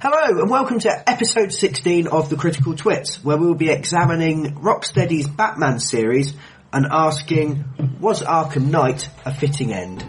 Hello and welcome to episode 16 of the Critical Twits, where we will be examining Rocksteady's Batman series and asking, was Arkham Knight a fitting end?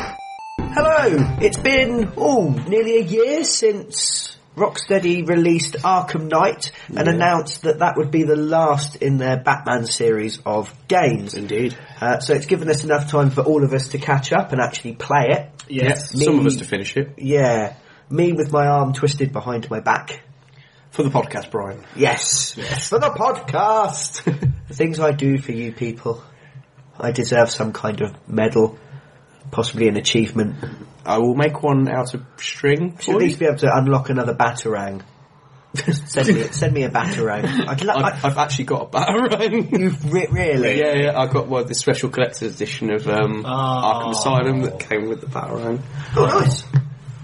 Hello, it's been, oh, nearly a year since Rocksteady released Arkham Knight and announced that that would be the last in their Batman series of games. Indeed. Uh, so it's given us enough time for all of us to catch up and actually play it. Yes. Me- Some of us to finish it. Yeah. Me with my arm twisted behind my back. For the podcast, Brian. Yes. Yes. For the podcast. the things I do for you people. I deserve some kind of medal. Possibly an achievement. I will make one out of Should string. at for you. least be able to unlock another batarang. send me, send me a batarang. I'd li- I've, I've actually got a batarang. you re- really? yeah, yeah, I got one of the special collector's edition of um, Arkham Asylum that came with the batarang. Oh, nice.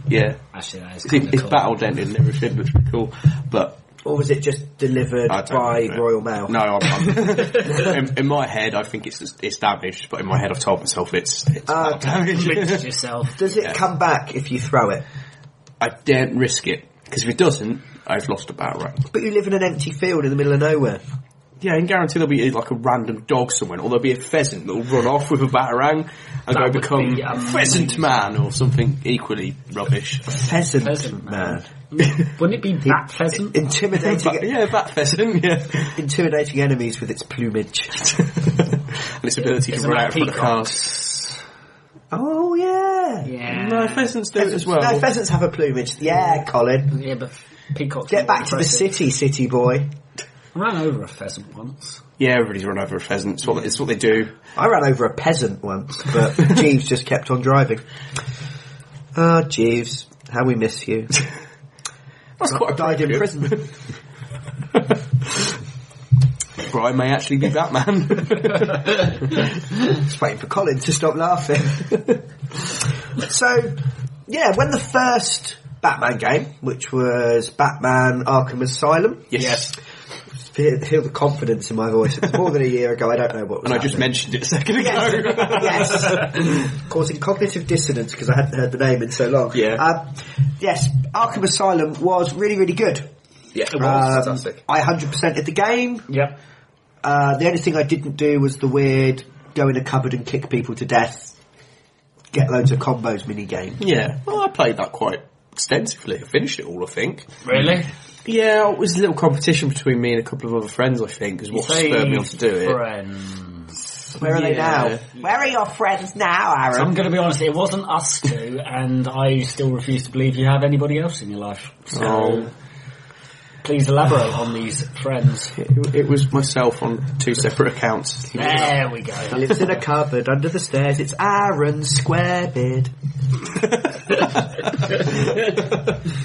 Yeah. Actually, that is It's, kind of it's cool. battle dented and everything, which was cool. But Or was it just delivered I don't by remember it. Royal Mail? no, I'm, I'm- in, in my head, I think it's established, but in my head, I've told myself it's, it's Ah, battle damage. Convinced yourself. Does it Yeah. come back if you throw it? I daren't risk it, because if it doesn't, I've lost a batarang. But you live in an empty field in the middle of nowhere. Yeah, and guarantee there'll be like a random dog somewhere, or there'll be a pheasant that'll run off with a batarang and would go become be um, amazing. pheasant man or something equally rubbish. Pheasant, Pheasant man. man. Wouldn't it be bat pheasant? Intimidating, But, yeah, bat pheasant, yeah. intimidating enemies with its plumage. and its ability It's to run like out from the cars. Oh yeah. Yeah. No, pheasants do it as well. No, pheasants have a plumage. Yeah, Colin. Yeah, but peacocks. Get are back to the impressive. city, city boy. I ran over a pheasant once. yeah, everybody's run over a pheasant. It's what, it's what they do. I ran over a peasant once, but Jeeves just kept on driving. Ah, Jeeves, how we miss you. That's quite Died in appropriate. prison. Brian may actually be Batman. Just waiting for Colin to stop laughing. so, yeah, when the first Batman game, which was Batman Arkham Asylum, yes. hear, hear the confidence in my voice. It was more than a year ago. I don't know what was. And I just happening. mentioned it a second ago. yes, causing cognitive dissonance because I hadn't heard the name in so long. Yeah. Um, yes, Arkham Asylum was really, really good. yeah. Um, I 100% at the game. Yep. Uh, the only thing I didn't do was the weird go in a cupboard and kick people to death, get loads of combos mini game. Yeah. Well, I played that quite extensively. I finished it all, I think. Really? Yeah, it was a little competition between me and a couple of other friends, I think, is what spurred me on to do it. Friends. Where are they now? Yeah. Where are your friends now, Aaron? I'm going to be honest, it wasn't us two, and I still refuse to believe you have anybody else in your life. So, Oh. please elaborate on these friends. It, it was myself on two separate accounts. There we go. He lives in a cupboard under the stairs. It's Aaron Squarebeard.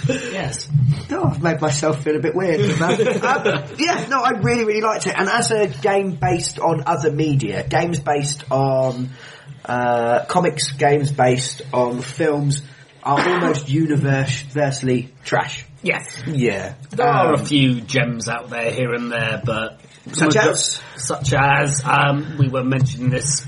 Yes. Oh, I've made myself feel a bit weird. with that. um, yeah, no, I really, really liked it. And as a game based on other media, games based on uh, comics, games based on films are almost universally trash. Yes. Yeah. There are Um, a few gems out there here and there, but Such as? such as um, we were mentioning this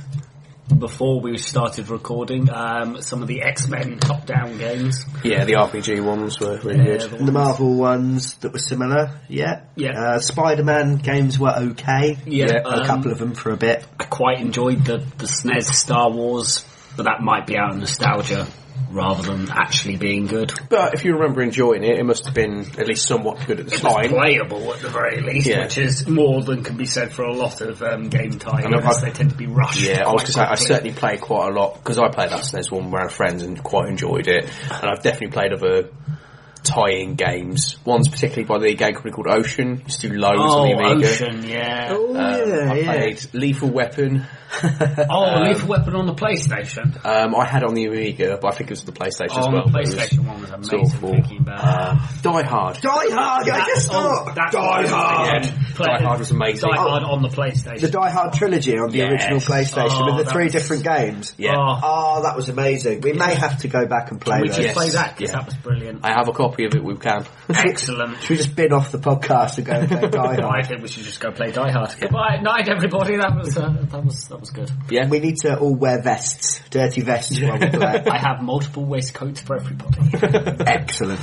before we started recording. Um, some of the X Men top down games. Yeah, the RPG ones were really Uh, good. the The ones- Marvel ones that were similar, yeah. Yeah. Uh, Spider-Man games were okay. Yeah, a um, couple of them for a bit. I quite enjoyed the the SNES Star Wars, but that might be out of nostalgia rather than actually being good. But if you remember enjoying it, it must have been at least somewhat good at the time. Playable at the very least, Yeah. which is more than can be said for a lot of um, game time. And I've- because they tend to be rushed. Yeah, I was quite going to say, I quickly. certainly played quite a lot, because I played that SNES one around friends and quite enjoyed it. And I've definitely played other tie-in games. One's particularly by the game company called Ocean. Used to do loads Oh, on the Amiga. Ocean, yeah. Oh, Um, yeah, I yeah. played Lethal Weapon. Oh, Lethal Weapon on the PlayStation. Um, I had it on the Amiga, but I think it was the PlayStation as on well. the It was PlayStation one was amazing. awful. Thinking about Uh, Die Hard. Die Hard! Ah, I just oh, thought! that's Die awesome. Hard! Yeah, Die Hard was amazing. Die Hard on the PlayStation. The Die Hard trilogy on the Yes. original PlayStation Oh, with the that three was- different games. Yeah. Oh, Oh, that was amazing. We may have to go back and play we those. should play that because yeah. that was brilliant. I have a copy of it we can. Excellent. Should we just bin off the podcast and go and play Die I Hard? think we should just go play Die Hard. Goodbye, night everybody. That was uh, that was that was good. yeah. We need to all wear vests, dirty vests while we play. I have multiple waistcoats for everybody. Excellent.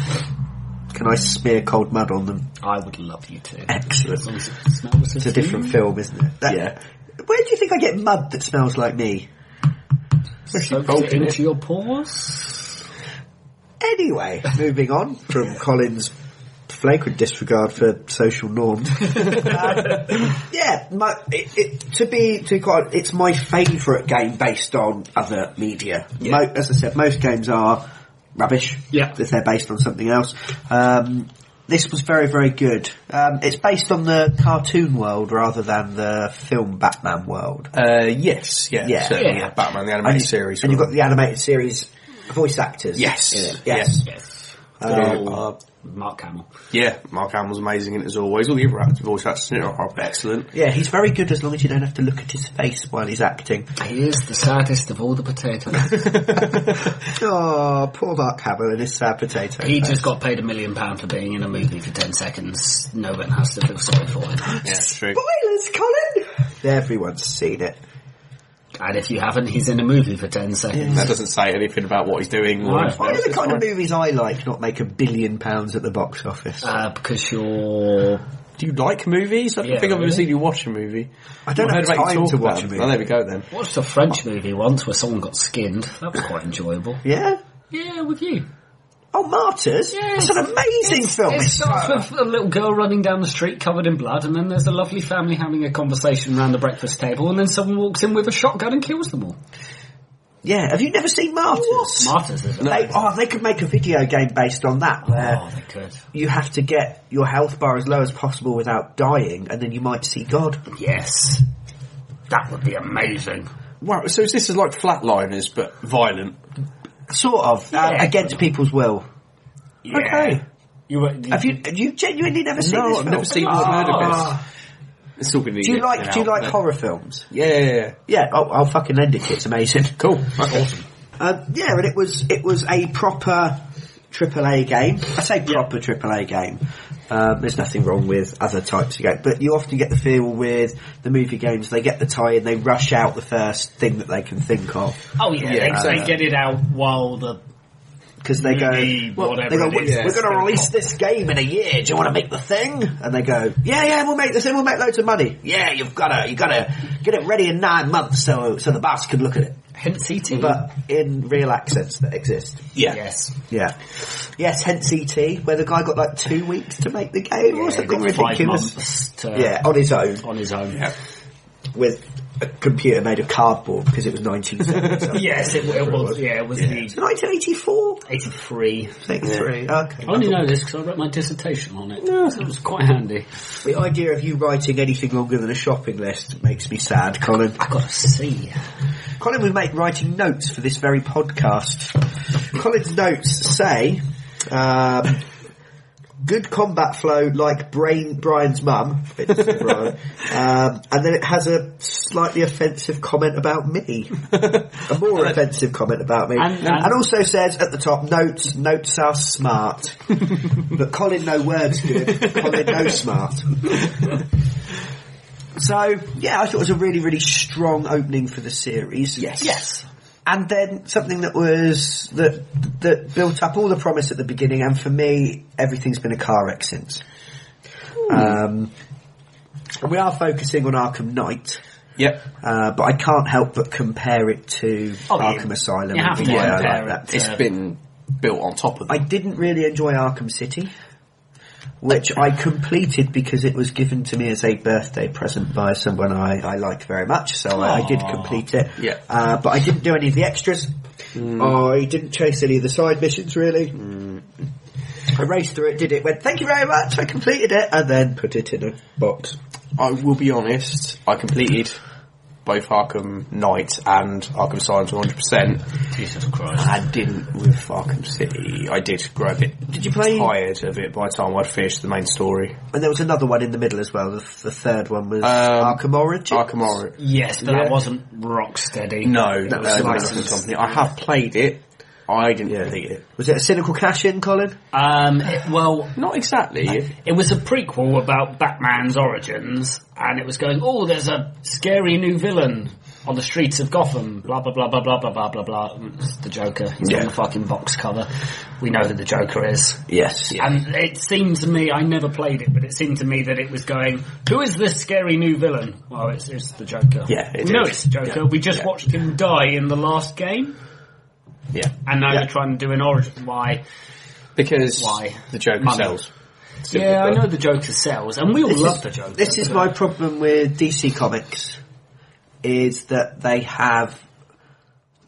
Can I smear cold mud on them? I would love you to. As Excellent. long as it smells It's a different film, isn't it? That- Mm. Yeah. Where do you think I get mud that smells like me? Soaked cold, it isn't into your pores. Anyway, moving on from Colin's flagrant disregard for social norms. Um, yeah, my, it, it, to be to be quite, it's my favourite game based on other media. Mo, as I said, most games are rubbish Yeah. if they're based on something else. Um, this was very very good. Um, it's based on the cartoon world rather than the film Batman world. Uh, yes, yeah, Yeah. certainly, Yeah. yeah. Batman the animated you- series. and you've got the animated series voice actors. Yes. in it. yes. Yes. Uh, Oh, uh, Mark Hamill. yeah, Mark Hamill's amazing in it as always. All the other actors, voice actors in it are excellent. Yeah, he's very good as long as you don't have to look at his face while he's acting. He is the saddest of all the potatoes. Oh, poor Mark Hamill and his sad potato. he just got paid a million pound for being in a movie for ten seconds. No one has to feel sorry for him. Yeah, it's true. Spoilers, Colin! Everyone's seen it. And if you haven't, he's in a movie for ten seconds. That doesn't say anything about what he's doing. Or Right. anything Why else. do the It's kind of fine. movies I like not make a billion pounds at the box office? Uh, because you're Do you like movies? I don't Yeah, think I've ever really. seen you watch a movie. I don't have I've heard about you time talk to about watch a them. movie. Oh, there we go then. watched a French movie once where someone got skinned. That was quite enjoyable. Yeah? Yeah, with you. Oh, Martyrs? Yeah, It's an amazing film. It It's starts with a little girl running down the street covered in blood, and then there's a lovely family having a conversation around the breakfast table, and then someone walks in with a shotgun and kills them all. Yeah, have you never seen Martyrs? Martyrs, is it? They, oh, they could make a video game based on that, where Oh, they could. you have to get your health bar as low as possible without dying, and then you might see God. Yes. That would be amazing. Wow, so is this is like Flatliners, but violent. Sort of. uh, Yeah. against people's will. Yeah. Okay. You were, you, Have you, have you genuinely never seen No, this I've film? never seen Oh. Murder Bits. It's all been Do you like, do you like horror films? Yeah, yeah, yeah. Yeah, oh, I'll, I'll fucking end it. It's amazing. Cool. Okay. Awesome. Uh, yeah, and it was it was a proper AAA game. I say proper AAA game. Um, there's nothing wrong with other types of game, but you often get the feel with the movie games. They get the tie in, they rush out the first thing that they can think of oh, yeah. Yeah. they, they get it out while the. because they go, Movie, well, whatever they go, it "We- is, we're it's going to gonna release this game in a year. Do you want to make the thing? And they go, yeah, yeah, we'll make this and we'll make loads of money. Yeah, you've got to, you've got to get it ready in nine months so so the boss can look at it. Hence E eating. But in real accents that exist. Yeah. Yes. Yeah. Yes, hence ET, where the guy got like two weeks to make the game or Yeah, something got five ridiculous. months to, Yeah, on his own On his own. Yeah. with a computer made of cardboard because it was 1970. Yes, it, it was. Yeah, it was the 1984? 83. Okay. I only know this because I wrote my dissertation on it. so it was quite handy. The idea of you writing anything longer than a shopping list makes me sad, Colin. I got a C. Colin would make writing notes for this very podcast. Colin's notes say, um, good combat flow like Brain, Brian's mum. It's Brian. um, and then it has a slightly offensive comment about me. A more offensive comment about me. And- And, also says at the top, notes, notes are smart. but Colin no words good, Colin no smart. So, yeah, I thought it was a really, really strong opening for the series. Yes. Yes. And then something that was, that, that built up all the promise at the beginning, and for me, everything's been a car wreck since. Um, and we are focusing on Arkham Knight, Yep. uh, but I can't help but compare it to Oh, Arkham you- Asylum. you have and to why I compare like it that. to- It's Uh, been built on top of I it. didn't really enjoy Arkham City, which I completed because it was given to me as a birthday present by someone I, I liked very much, so I, I did Aw. complete it. Yeah. Mm. Uh, but I didn't do any of the extras. I didn't chase any of the side missions, really. I raced through it, did it, went, thank you very much, I completed it, and then put it in a box. I will be honest, I completed both Arkham Knight and Arkham Asylum to 100%. Jesus Christ. I didn't with Arkham City. I did grow a bit Did you play... tired of it by the time I'd finished the main story. And there was another one in the middle as well. The, the third one was Um, Arkham Origins. Arkham Horror. Yes, but Yeah. uh, that wasn't rock steady. No, Uh, that was was licensed. company. I have played it. I didn't Yeah. complete it. Was it a cynical cash in, Colin? Um, it- well, Not exactly. it was a prequel about Batman's origins, and it was going, oh, there's a scary new villain on the streets of Gotham, blah, blah, blah, blah, blah, blah, blah, blah, blah. It's the Joker. He's Yeah. on the fucking box cover. We know who the Joker is. Yes. And it seemed to me, I never played it, but it seemed to me that it was going, who is this scary new villain? Well, it's, it's the Joker. Yeah, it we know is. it's the Joker. We just Yeah. watched him die in the last game, Yeah. and now Yeah. you're trying to do an origin. Why? Because Why? the Joker Money. sells. Simple, Yeah, I but- know the Joker sells, and we all This love is- the Joker. This is but- my problem with DC Comics, is that they have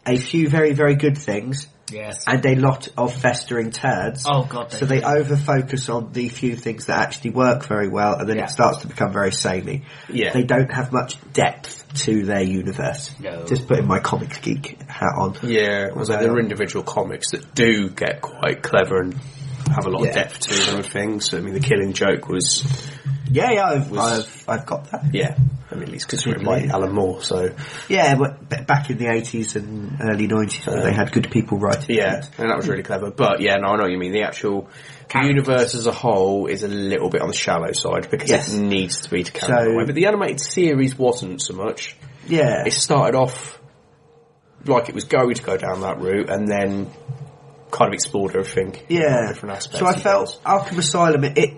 a few very, very good things yes. and a lot of festering turds. Oh god, So they over-focus on the few things that actually work very well and then Yeah. it starts to become very samey. Yeah. They don't have much depth to their universe. No. Just putting my comics geek hat on. Yeah, although there are individual comics that do get quite clever and have a lot Yeah. of depth to them and things. I mean, the Killing Joke was, Yeah, yeah, I've, Was- I've, I've got that. yeah, I mean, at least because written Mm-hmm. by Alan Moore, so Yeah, but b- back in the 80s and early 90s, when they had good people writing. Uh, yeah, it. and that was really clever. But yeah, no, I know what you mean. The actual universe as a whole is a little bit on the shallow side because Yes. it needs to be to carry So- that way. But the animated series wasn't so much. Yeah. It started off like it was going to go down that route, and then kind of explored everything. Yeah. different aspects. So I and felt things. Arkham Asylum, it, it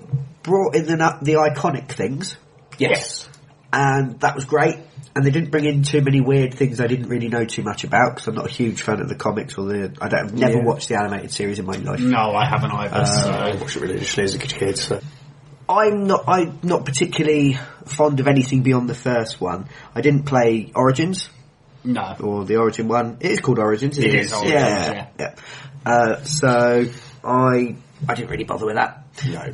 brought in the, na- the iconic things, yes. and that was great. And they didn't bring in too many weird things I didn't really know too much about because I'm not a huge fan of the comics or the. I don't, I've never Yeah. watched the animated series in my life. No, I haven't either. Uh, I so. watched it religiously as a kid, so. I'm not. I'm not particularly fond of anything beyond the first one. I didn't play Origins. No. or the Origin one. It is called Origins. isn't It is Origins, yeah. yeah. Uh, so I I didn't really bother with that. No.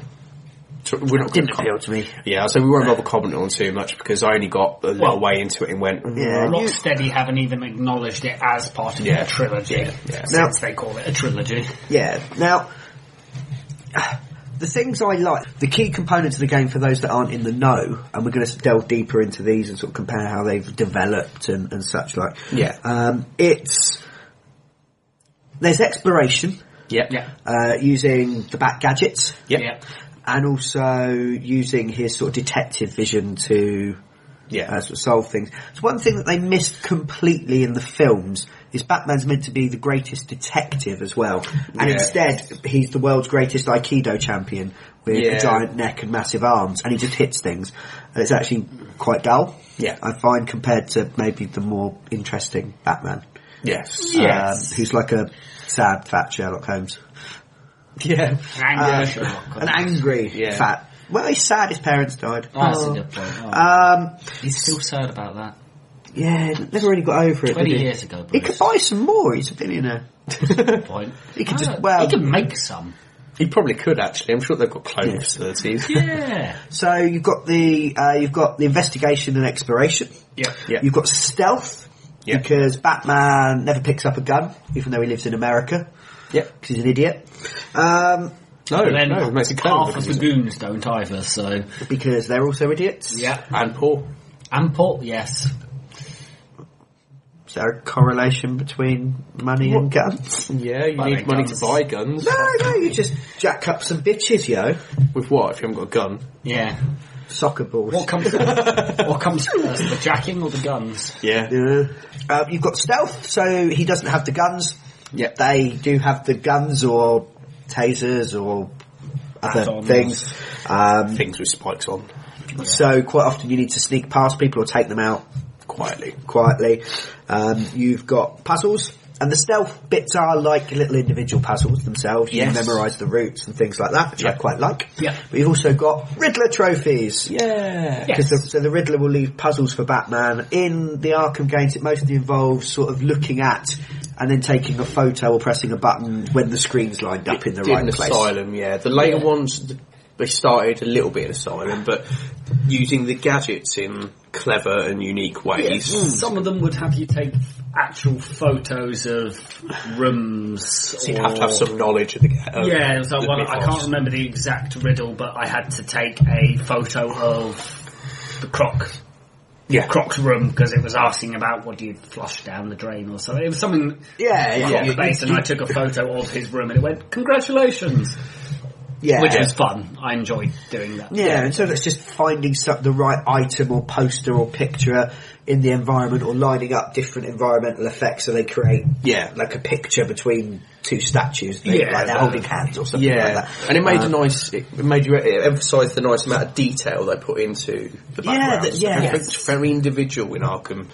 So we're not Didn't going appeal to me. Yeah, so we won't bother commenting on too much because I only got a Well- little way into it and went, Yeah. "Mm, Rocksteady haven't even acknowledged it as part of Yeah. their trilogy. Yeah, yeah. Since they call it a trilogy. Yeah. Now the things I like, the key components of the game for those that aren't in the know, and we're going to delve deeper into these and sort of compare how they've developed and, and such like. Yeah. Um, it's there's exploration Yep. Yeah. uh, using the back gadgets. Yep. Yeah. and also using his sort of detective vision to Yeah. uh, sort of solve things. So one thing that they missed completely in the films is Batman's meant to be the greatest detective as well, and Yeah. instead he's the world's greatest Aikido champion with a Yeah. giant neck and massive arms, and he just hits things. And it's actually quite dull. Yeah. I find compared to maybe the more interesting Batman, Yes. Yes. um, who's like a sad fat Sherlock Holmes Yeah. Angry uh, Sherlock. an angry Yeah. fat. Well, he's sad his parents died. Oh, that's a good point. Oh. uh, Um, He's still sad about that. yeah, never really got over it. 20 did he? years ago, He Bruce. could buy some more. He's a billionaire. Good point. He could Ah, just- well- He can make some. He probably could actually. I'm sure they've got cloning Yeah. facilities. Yeah. So you've got the uh, you've got the investigation and exploration. Yeah. Yeah. You've got stealth Yeah. because Batman never picks up a gun, even though he lives in America Yep. because he's an idiot. Um, No, But then no, it makes it clever half of because the he's- goons don't either, so. because they're also idiots. Yeah. And Paul. And Paul, yes. Is there a correlation between money and guns? Yeah, you Buy need money guns. to buy guns. No, no, you just jack up some bitches, yo. With what if you haven't got a gun? Yeah. Soccer balls. What comes What comes first, the jacking or the guns? Yeah. Yeah. Uh, you've got stealth, so he doesn't have the guns. Yep. They do have the guns or tasers or other Add-ons. things. Um, Things with spikes on. So quite often you need to sneak past people or take them out Quietly. quietly. Um, you've got puzzles. And the stealth bits are like little individual puzzles themselves. Yes. You memorise the routes and things like that, which I Yep. quite like. Yep. But you've also got Riddler trophies. Yeah. Yeah. Because the, so the Riddler will leave puzzles for Batman. In the Arkham games, it mostly involves sort of looking at and then taking a photo or pressing a button when the screen's lined up in the Did right in place. Asylum, yeah. The later Yeah. ones, th- they started a little bit in Asylum, but using the gadgets in clever and unique ways. Some of them would have you take actual photos of rooms. So You'd have to have some knowledge of the ga- of Yeah, it was like the one, I mythos. can't remember the exact riddle, but I had to take a photo of the croc Yeah. Croc's room because it was asking about what do you flush down the drain or something. It was something Yeah, yeah, Croc based, and I took a photo of his room and it went, "Congratulations," yeah. which was fun. I enjoyed doing that. Yeah, and so that's just finding some, the right item or poster or picture in the environment or lining up different environmental effects so they create Yeah. like a picture between two statues, maybe, Yeah, like they're that- holding hands or something like Yeah, that. and it made Um, a nice. It made you it emphasised the nice amount of detail they put into the Yeah, background. that- yeah. it's very individual in Arkham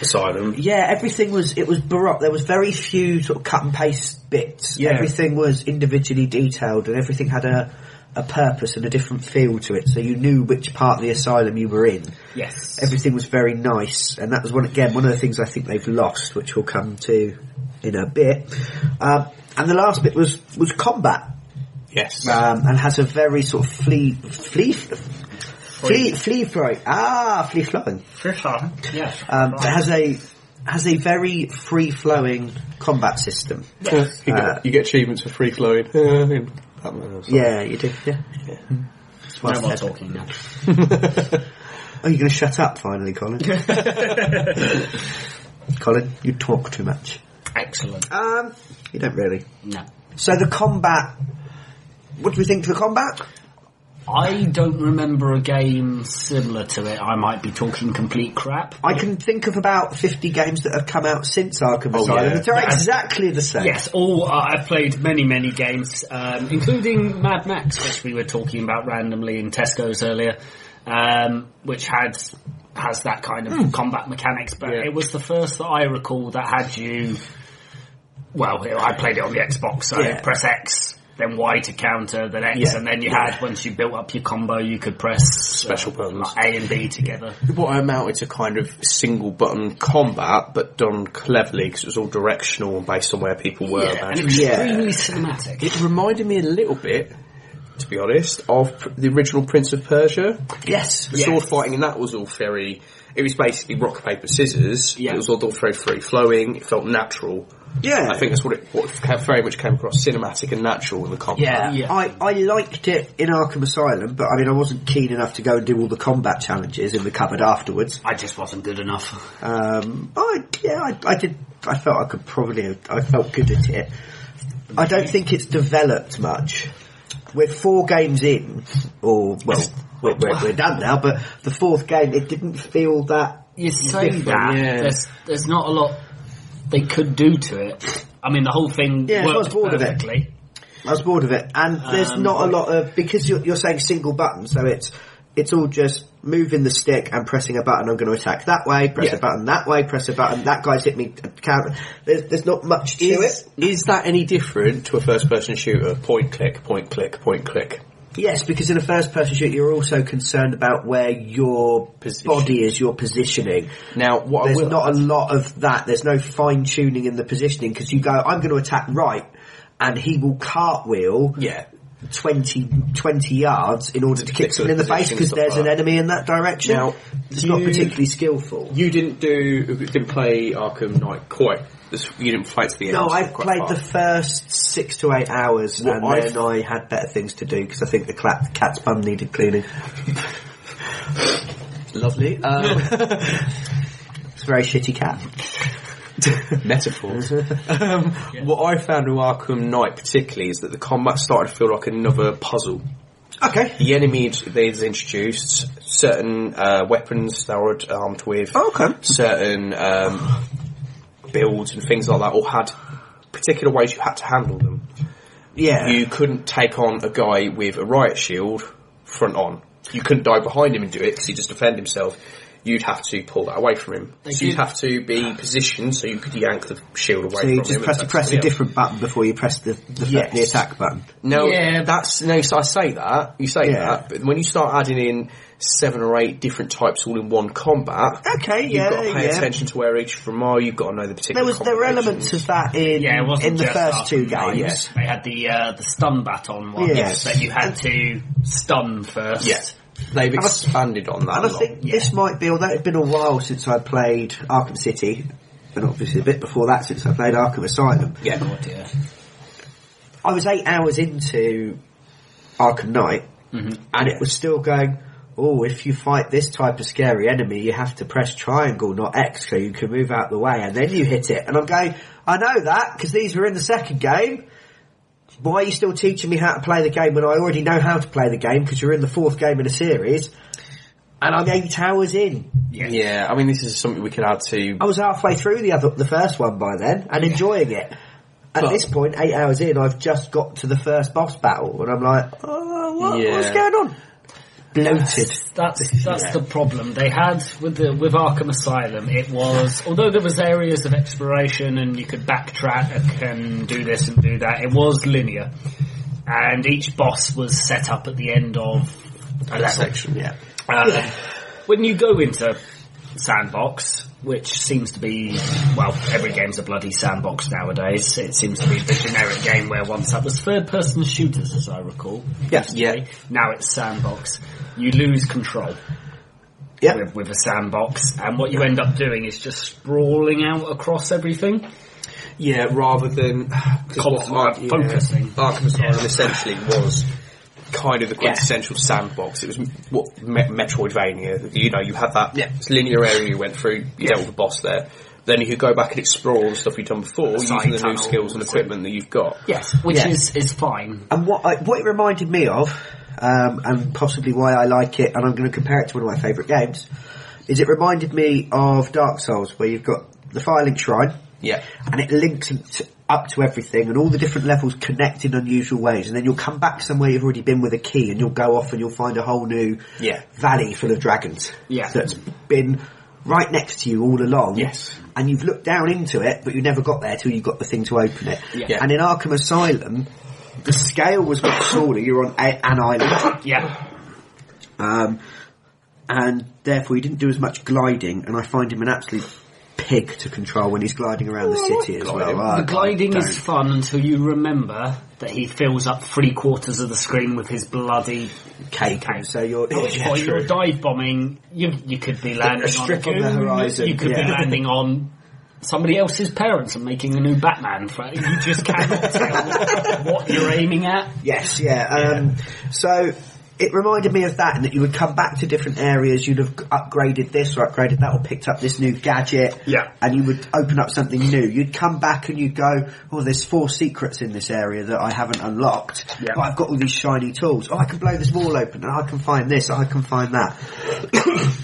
Asylum. Yeah, everything was it was baroque. There was very few sort of cut and paste bits. Yeah. Everything was individually detailed, and everything had a a purpose and a different feel to it. So you knew which part of the asylum you were in. Yes. Everything was very nice, and that was one again one of the things I think they've lost, which we'll come to in a bit. Um, and the last bit was was combat, Yes, um, and has a very sort of flea flea. Flea, flea fry, ah, flea flowing. Yeah. Um, but has a has a very free flowing combat system. you, Uh, get, you get achievements for free flowing. yeah, Yeah, you do. Yeah. That's why I no more said- talking now. Oh, you're going to shut up finally, Colin. Colin, you talk too much. Excellent. Um, you don't really. No. So the combat. What do we think of the combat? I don't remember a game similar to it. I might be talking complete crap. I can think of about 50 games that have come out since Arkham Asylum. yeah. They're Yeah. exactly the same. Yes, all uh, I've played many, many games, um, including Mad Max, which we were talking about randomly in Tesco's earlier, um, which had has that kind of combat mechanics. But Hmm. Yeah. it was the first that I recall that had you. Well, I played it on the Xbox, so Yeah. press X, then Y to counter, then X, Yeah. and then you had once you built up your combo, you could press Special buttons. like A and B together. what I amounted to kind of single button combat, but done cleverly because it was all directional and based on where people were. Yeah, and and it was Yeah. extremely cinematic. it reminded me a little bit, to be honest, of pr- the original Prince of Persia. Yes. The sword fighting in that was all very. It was basically rock paper scissors. Yeah. It was all very free flowing. It felt natural. Yeah. I think that's what it what ca- very much came across cinematic and natural in the Yeah, combat. Yeah. I, I liked it in Arkham Asylum, but I mean, I wasn't keen enough to go and do all the combat challenges in the cupboard afterwards. I just wasn't good enough. Um, I yeah, I, I did. I felt I could probably. I felt good at it. I don't think it's developed much. We're four games in, or well, we're, we're, we're done now. But the fourth game, it didn't feel that. you say Different, that yeah. there's there's not a lot they could do to it. I mean, the whole thing Yeah, I was worked bored of it. perfectly. I was bored of it, and there's Um, not a lot of because you're, you're saying single button, so it's it's all just moving the stick and pressing a button. I'm going to attack that way, press Yeah. a button that way, press a button. That guy's hit me. Counter. There's, there's not much to Is, it. is that any different to a first person shooter? Point click, point click, point click. Yes, because in a first person shooter, you're also concerned about where your Position. body is, your positioning. Now, what I There's will. not a lot of that. There's no fine tuning in the positioning because you go, I'm going to attack right, and he will cartwheel yeah. 20, 20 yards in order to kick someone in the face position, because stuff there's like an that. enemy in that direction. Now, it's not you- particularly skillful. You didn't do. Didn't play Arkham Knight quite. You didn't play to the end. no, I quite played far. the first six to eight hours, What and I've- then I had better things to do because I think the cla- cat's bum needed cleaning. lovely um, It's a very shitty cat. metaphors. um, What I found with Arkham Knight particularly is that the combat started to feel like another puzzle. Okay. The enemy they'd introduced certain uh, weapons they were armed with, Okay. certain um, builds and things like that, all had particular ways you had to handle them. Yeah. You couldn't take on a guy with a riot shield front on. You couldn't dive behind him and do it because he'd just defend himself. You'd have to pull that away from him. so you'd did- have to be positioned so you could yank the shield away So from him. you just and press to attack press a somebody else. different button before you press the the, Yes. the attack button. No, Yeah. that's no. So I say that you say Yeah. that, but when you start adding in seven or eight different types all in one combat, Okay, you've Uh, yeah, got to pay yeah. attention to where each from are. You've got to know the particular. There was there were elements combinations. of that in Yeah, it wasn't in the just first Arkham two Knight. games. They had the uh, the stun baton one Yes. that you had to stun first. Yeah, they've expanded on that. And a I lot. think this might be, although it's been a while since I played Arkham City, and obviously a bit before that since I played Arkham Asylum, yeah, Oh dear. I was eight hours into Arkham Knight, and it was still going, oh, if you fight this type of scary enemy, you have to press triangle, not X, so you can move out the way, and then you hit it. And I'm going, I know that, because these were in the second game. Why are you still teaching me how to play the game when I already know how to play the game, because you're in the fourth game in a series, and I'm eight hours in. Yeah, I mean, this is something we could add to. I was halfway through the other, the first one by then, and enjoying it. At But- this point, eight hours in, I've just got to the first boss battle, and I'm like, oh, what, what's Yeah. going on? Bloated. That's that's the problem they had with the with Arkham Asylum. It was although there was areas of exploration and you could backtrack and do this and do that. It was linear, and each boss was set up at the end of a level. section. Yeah. Um, When you go into sandbox, which seems to be well, every game's a bloody sandbox nowadays. It seems to be the generic game where once that was third person shooters, as I recall. Yeah. Yeah. Now it's sandbox. You lose control Yeah. with, with a sandbox, and what you end up doing is just sprawling out across everything. Yeah, rather than Constant focusing. Arkham Asylum Yeah. essentially was kind of the quintessential sandbox. It was m- what me- Metroidvania. You know, you had that Yeah. linear area you went through, you Yeah. dealt with the boss there. Then you could go back and explore all the stuff you've done before, side using the new tunnels skills and and- equipment that you've got. Yes, which Yeah. is is fine. And what I, what it reminded me of, um, and possibly why I like it, and I'm going to compare it to one of my favourite games, is it reminded me of Dark Souls, where you've got the Firelink Shrine, Yeah. and it links it to- up to everything and all the different levels connect in unusual ways and then you'll come back somewhere you've already been with a key and you'll go off and you'll find a whole new Yeah. valley full of dragons Yeah. that's been right next to you all along Yes. and you've looked down into it but you never got there till you got the thing to open it Yeah. Yeah. and in Arkham Asylum the scale was much smaller you're on a- an island Yeah, um, and therefore he didn't do as much gliding and I find him an absolute pig to control when he's gliding around the Oh, city as gliding. well I- the I gliding Uh, don't. is fun until you remember that he fills up three quarters of the screen with his bloody. cake, and so you're, At which Yeah, point true. you're dive bombing. You you could be landing strip on, on the horizon, You could yeah. be landing on somebody else's parents and making a new Batman. You just cannot tell what you're aiming at. Yes, yeah. Um, So it reminded me of that, and that you would come back to different areas. You'd have upgraded this or upgraded that, or picked up this new gadget. Yeah. and you would open up something new. You'd come back and you'd go, "Oh, there's four secrets in this area that I haven't unlocked, Yeah. but I've got all these shiny tools. Oh, I can blow this wall open, and I can find this, and I can find that."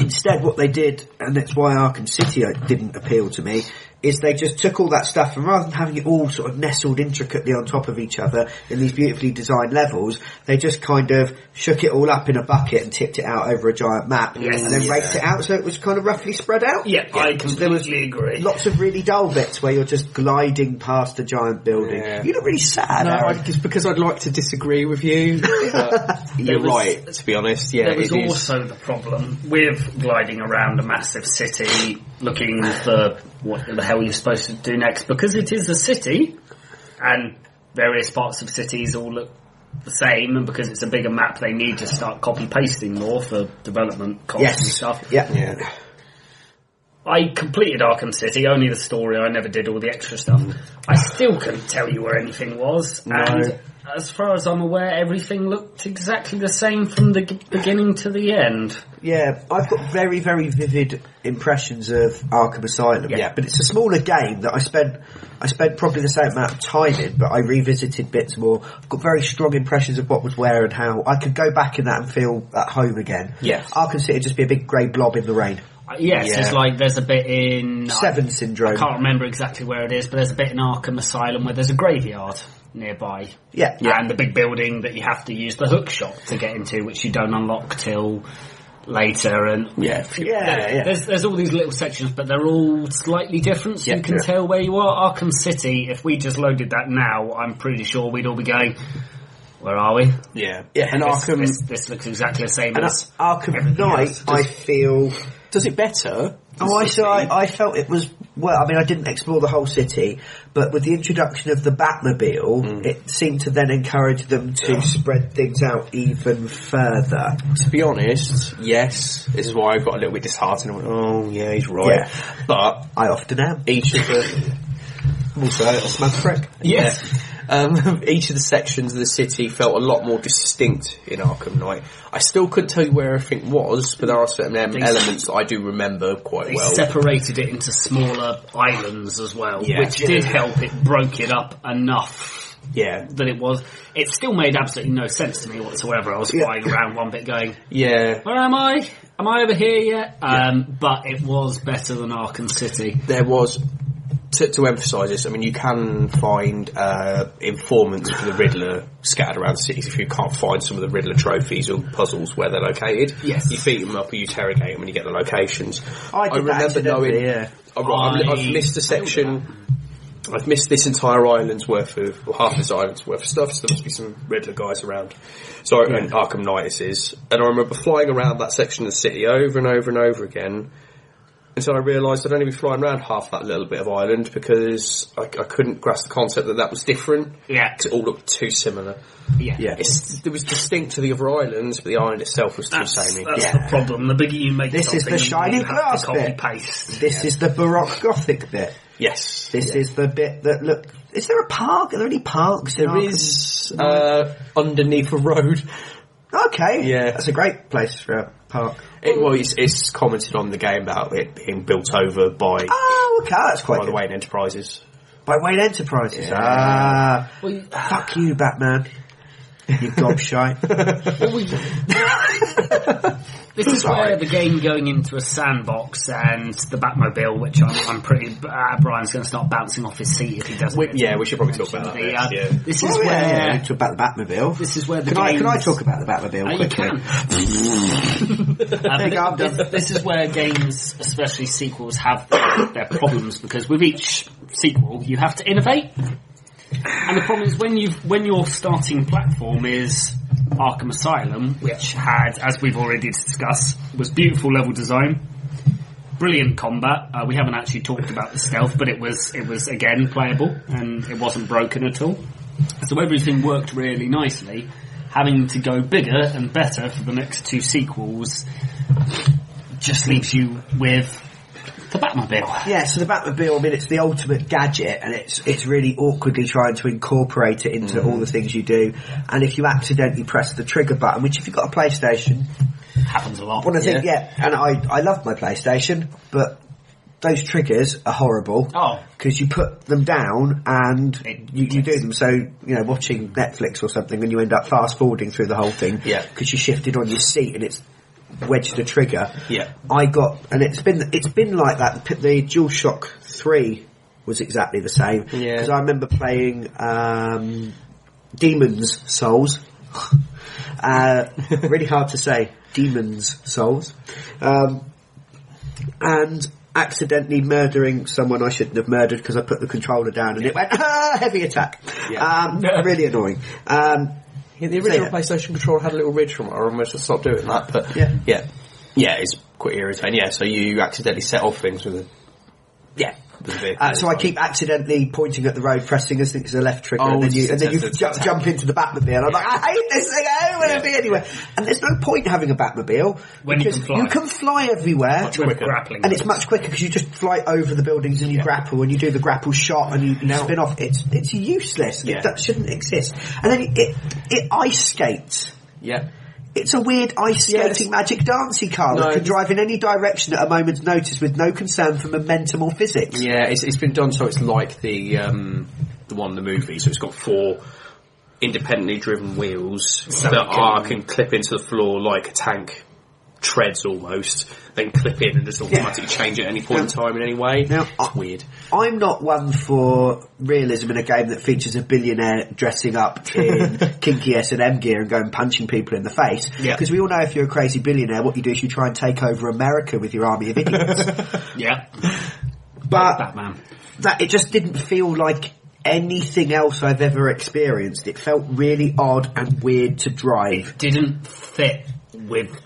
Instead, what they did, and that's why Arkham City didn't appeal to me, is they just took all that stuff and rather than having it all sort of nestled intricately on top of each other in these beautifully designed levels, they just kind of shook it all up in a bucket and tipped it out over a giant map Yes. and then Yeah. raked it out so it was kind of roughly spread out. Yeah, I So there was completely agree. Lots of really dull bits where you're just gliding past a giant building. Yeah. You look really sad. No, Aaron. I, it's because I'd like to disagree with you. but you're was- right, to be honest. Yeah, There was it is. also the problem with gliding around a massive city, looking for what the hell you're supposed to do next, because it is a city, and various parts of cities all look the same, and because it's a bigger map, they need to start copy pasting more for development costs and yes. stuff. Yeah. Yeah. I completed Arkham City, only the story. I never did all the extra stuff. I still couldn't tell you where anything was, and as far as I'm aware, everything looked exactly the same from the g- beginning to the end. Yeah, I've got very, very vivid impressions of Arkham Asylum. Yeah. but it's a smaller game that I spent. I spent probably the same amount of time in, but I revisited bits more. I've got very strong impressions of what was where and how. I could go back in that and feel at home again. Yes. Arkham City would just be a big grey blob in the rain. Uh, Yes, Yeah. it's like there's a bit in Seven I syndrome. can't remember exactly where it is, but there's a bit in Arkham Asylum where there's a graveyard nearby, Yeah, and the big building that you have to use the hook shot to get into, which you don't unlock till later. And Yeah. yeah, yeah. there's there's all these little sections, but they're all slightly different, so Yeah, you can yeah. tell where you are. Arkham City, if we just loaded that now, I'm pretty sure we'd all be going, "Where are we?" Yeah. Yeah, And This, Arkham this, this looks exactly the same And as. Ar- Arkham Everything Knight, else I feel. does it better. Oh, I so I, I felt it was well. I mean, I didn't explore the whole city, but with the introduction of the Batmobile, Mm. it seemed to then encourage them to spread things out even further. To be honest, yes. This is why I got a little bit disheartened. I went, oh, yeah, he's right. Yeah. But I often am. E- each of the I'm also a smug prick. yes, Um, each of the sections of the city felt a lot more distinct in Arkham Knight. I still couldn't tell you where everything was, but there are certain em- They- elements that I do remember quite They well. separated it into smaller islands as well, Yeah. which did help. It broke it up enough yeah, that it was. It still made absolutely no sense to me whatsoever. I was Yeah. flying around one bit going, yeah. Where am I? Am I over here yet? Um, but it was better than Arkham City. there was to, to emphasise this. I mean, you can find uh, informants for the Riddler scattered around the cities if you can't find some of the Riddler trophies or puzzles where they're located. Yes. you beat them up or you interrogate them and you get the locations. I did that accidentally, yeah. Oh, right, I'm- I- I've missed a section. I've missed this entire island's worth of, or half this island's worth of stuff, so there must be some Riddler guys around. So I and Arkham Knight this is. And I remember flying around that section of the city over and over and over again until I realised I'd only be flying around half that little bit of island because I, I couldn't grasp the concept that that was different. Yeah. 'Cause It all looked too similar. Yeah. Yeah. It's, it was distinct to the other islands, but the island itself was too That's, samey. that's Yeah. the problem. The bigger you make This is something, the more shiny you have to glass copy bit. paste. This is the Baroque Gothic bit. Yes. This is the bit that look. Is there a park? Are there any parks? in There Arkham? is uh, underneath a road. Okay. Yeah. E- That's a great place for a park. It, well, it's, it's commented on the game about it being built over by Oh, okay. That's quite by the good. Wayne Enterprises. By Wayne Enterprises. Ah. Well, you- Fuck you, Batman. You gobshite. Well, we- this is where the game going into a sandbox and the Batmobile, which I'm, I'm pretty. Uh, Brian's going to start bouncing off his seat if he doesn't. We- get to yeah, we should probably talk about that. the, next, uh, yeah. This is Oh, yeah, where. yeah, we talk about the Batmobile. This is where the can I, can I games- talk about the Batmobile Uh, you quickly? can. I think I'm Uh, this, done. this is where games, especially sequels, have their, their problems because with each sequel you have to innovate, and the problem is when you when your starting platform is Arkham Asylum, which had, as we've already discussed, was beautiful level design. Brilliant combat. Uh, we haven't actually talked about the stealth, but it was it was again playable and it wasn't broken at all. So everything worked really nicely. Having to go bigger and better for the next two sequels just leaves you with the Batmobile. Yeah, so the Batmobile, I mean, it's the ultimate gadget, and it's it's really awkwardly trying to incorporate it into all the things you do. And if you accidentally press the trigger button, which if you've got a PlayStation, Happens a lot. one of the things, yeah, and I I love my PlayStation, but those triggers are horrible. Oh. Because you put them down and It you, you do them. So, you know, watching Netflix or something and you end up fast forwarding through the whole thing. Yeah. Because you shifted on your seat and it's wedged a trigger. Yeah. I got, and it's been, it's been like that. The the DualShock 3 was exactly the same. Yeah. Because I remember playing, um, Demons Souls. uh, really hard to say. Demons Souls. Um, and accidentally murdering someone I shouldn't have murdered because I put the controller down and it went, ah, heavy attack. Yeah. Um, really annoying. Um, Yeah, the original yeah. PlayStation controller had a little ridge from it. I almost stopped doing that, but Yeah. yeah, yeah, it's quite irritating. Yeah, so you accidentally set off things with a yeah. with a vehicle. Uh, so I keep accidentally pointing at the road, pressing as it's the left trigger, Oh, and then you, it's and then you intense, ju- it's jump into the Batmobile. I'm like, I hate this thing. I don't want to be anywhere. And there's no point having a Batmobile When you because can fly. you can fly everywhere. with quicker. grappling. and it's much quicker because you just fly over the buildings and you grapple and you do the grapple shot and you, you spin off. It's it's useless. Yeah. It, that shouldn't exist. And then it it ice skates. yeah, It's a weird ice Yeah, skating magic dancey car No. that can drive in any direction at a moment's notice with no concern for momentum or physics. yeah, it's, it's been done so it's like the um, the one in the movie. So it's got four independently driven wheels that are can clip into the floor like a tank treads almost, then clip in and just automatically change at any point in time in any way. Now, I- it's weird. I'm not one for realism in a game that features a billionaire dressing up in kinky S and M gear and going punching people in the face. Yeah. Because we all know if you're a crazy billionaire, what you do is you try and take over America with your army of idiots. yeah, but Batman. that it just didn't feel like anything else I've ever experienced. It felt really odd and weird to drive. Didn't fit with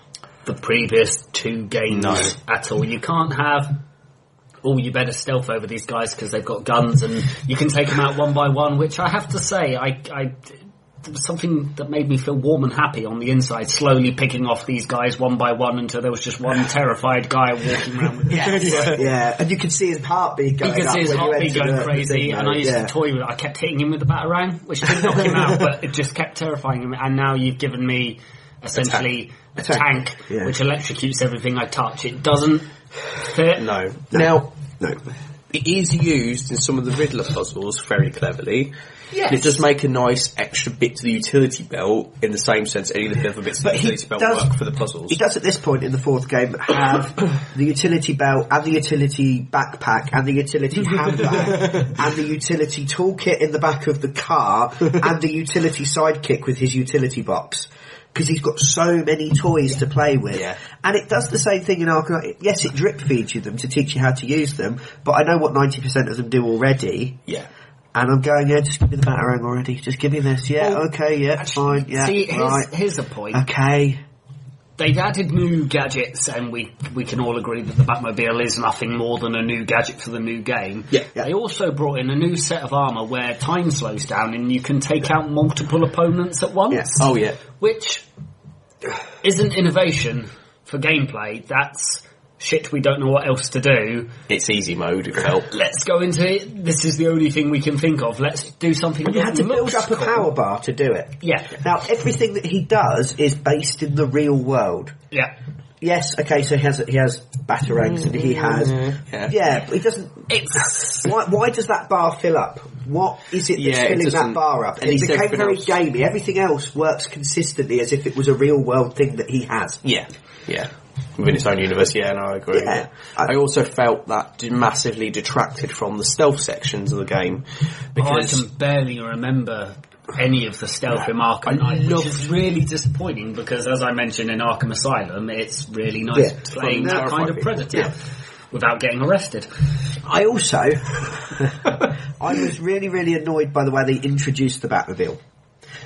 the previous two games at all. You can't have. Oh, you better stealth over these guys because they've got guns and you can take them out one by one. Which I have to say, I, I there was something that made me feel warm and happy on the inside, slowly picking off these guys one by one until there was just one terrified guy walking around with Yeah, and you could see his heartbeat going You could up see his when you heartbeat entered going the- the crazy, thing, and though, I used yeah. to toy with it. I kept hitting him with the batarang, which did knock him out, but it just kept terrifying him. And now you've given me essentially a tank, tank. Yeah. which electrocutes everything I touch. It doesn't fit. No. Now, no. It is used in some of the Riddler puzzles very cleverly. Yes. It does make a nice extra bit to the utility belt in the same sense any of the other bits of But the he utility belt does- work for the puzzles. He does at this point in the fourth game have the utility belt and the utility backpack and the utility handbag and the utility toolkit in the back of the car and the utility sidekick with his utility box. Because he's got so many toys to play with. Yeah. And it does the same thing in Arcanite. Yes, it drip feeds you them to teach you how to use them, but I know what 90% of them do already. Yeah. And I'm going, yeah, just give me the batarang already. Just give me this. Yeah, Well, okay, yeah, fine, yeah, See, here's, right. here's the point. Okay. They've added new gadgets, and we we can all agree that the Batmobile is nothing more than a new gadget for the new game. Yeah. Yeah. They also brought in a new set of armor where time slows down, and you can take out multiple opponents at once. Yeah. Oh yeah. which isn't innovation for gameplay. That's shit. We don't know what else to do. It's easy mode, it felt. Let's go into it. This is the only thing we can think of. Let's do something. You had to that looks build up a cool. power bar to do it. Yeah, Now, everything that he does is based in the real world. yeah. Yes, okay, so he has he has batarangs and he has Yeah. yeah, but he doesn't. It's Why, why does that bar fill up? What is it that's Yeah, it filling that doesn't- bar up? at It least became everything very else. gamey. Everything else works consistently as if it was a real world thing that he has. Yeah. Yeah. Within its own universe, yeah, no, I agree. Yeah. I, also felt that d- massively detracted from the stealth sections of the game I because can barely remember any of the stealth in Arkham Knight, which is really disappointing because, as I mentioned in Arkham Asylum, it's really nice Yeah. playing Well, that terrifying kind of people. predator Yeah. without getting arrested. I also, I was really, really annoyed by the way they introduced the Batmobile.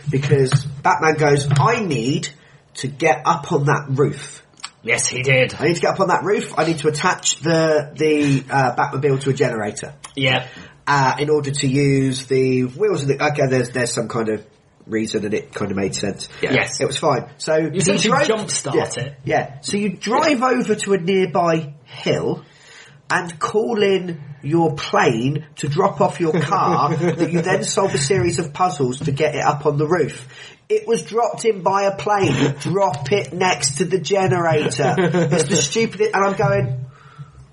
Because Batman goes, I need to get up on that roof. Yes, he did. I need to get up on that roof. I need to attach the the uh, Batmobile to a generator Yeah. uh, in order to use the wheels. Of the, okay, there's there's some kind of reason, and it kind of made sense. Yeah. Yes. it was fine. So you essentially drive- jump-start yeah, it. Yeah. So you drive over to a nearby hill and call in your plane to drop off your car that you then solve a series of puzzles to get it up on the roof. It was dropped in by a plane. Drop it next to the generator. It's the stupidest, and I'm going,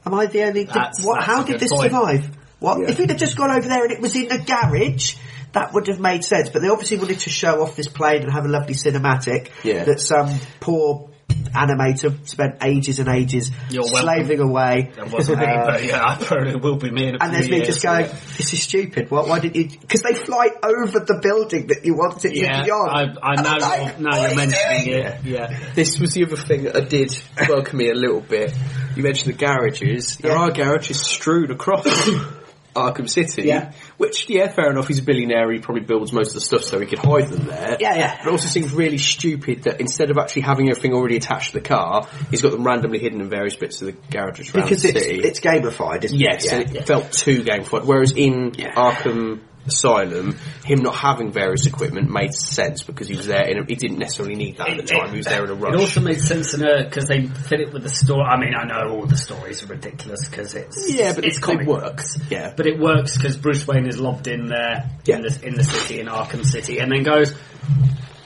am I the only, did, That's- what, that's how a did good this point. survive? What, Yeah. if he'd have just gone over there and it was in the garage, that would have made sense, but they obviously wanted to show off this plane and have a lovely cinematic Yeah. that some poor animator spent ages and ages You're welcome. slaving away. That wasn't me, Uh, but yeah, I probably will be me in a and few there's me years. just going, this is stupid. What? Why did you? Because they fly over the building that you wanted Yeah, to be on. I, I know. I'm like, now "What are you're you mentioning doing?" it. Yeah, this was the other thing that I did welcome me a little bit. You mentioned the garages. There Yeah. are garages strewn across Arkham City. Yeah. Which, yeah, fair enough, he's a billionaire, he probably builds most of the stuff so he could hide them there. Yeah, yeah. But it also seems really stupid that instead of actually having everything already attached to the car, he's got them randomly hidden in various bits of the garages around Because the it's, city. it's gamified, isn't Yes, it? and it felt too game for Whereas in Yeah. Arkham Asylum, him not having various equipment made sense because he was there and he didn't necessarily need that at the It- time. it- he was there in a it rush. also made sense in a because they fit it with the story. I mean, I know all the stories are ridiculous because it's Yeah, but it's they comic work. books. Yeah. but it works because Bruce Wayne is lobbed in there in Yeah. the in the city in Arkham City, and then goes.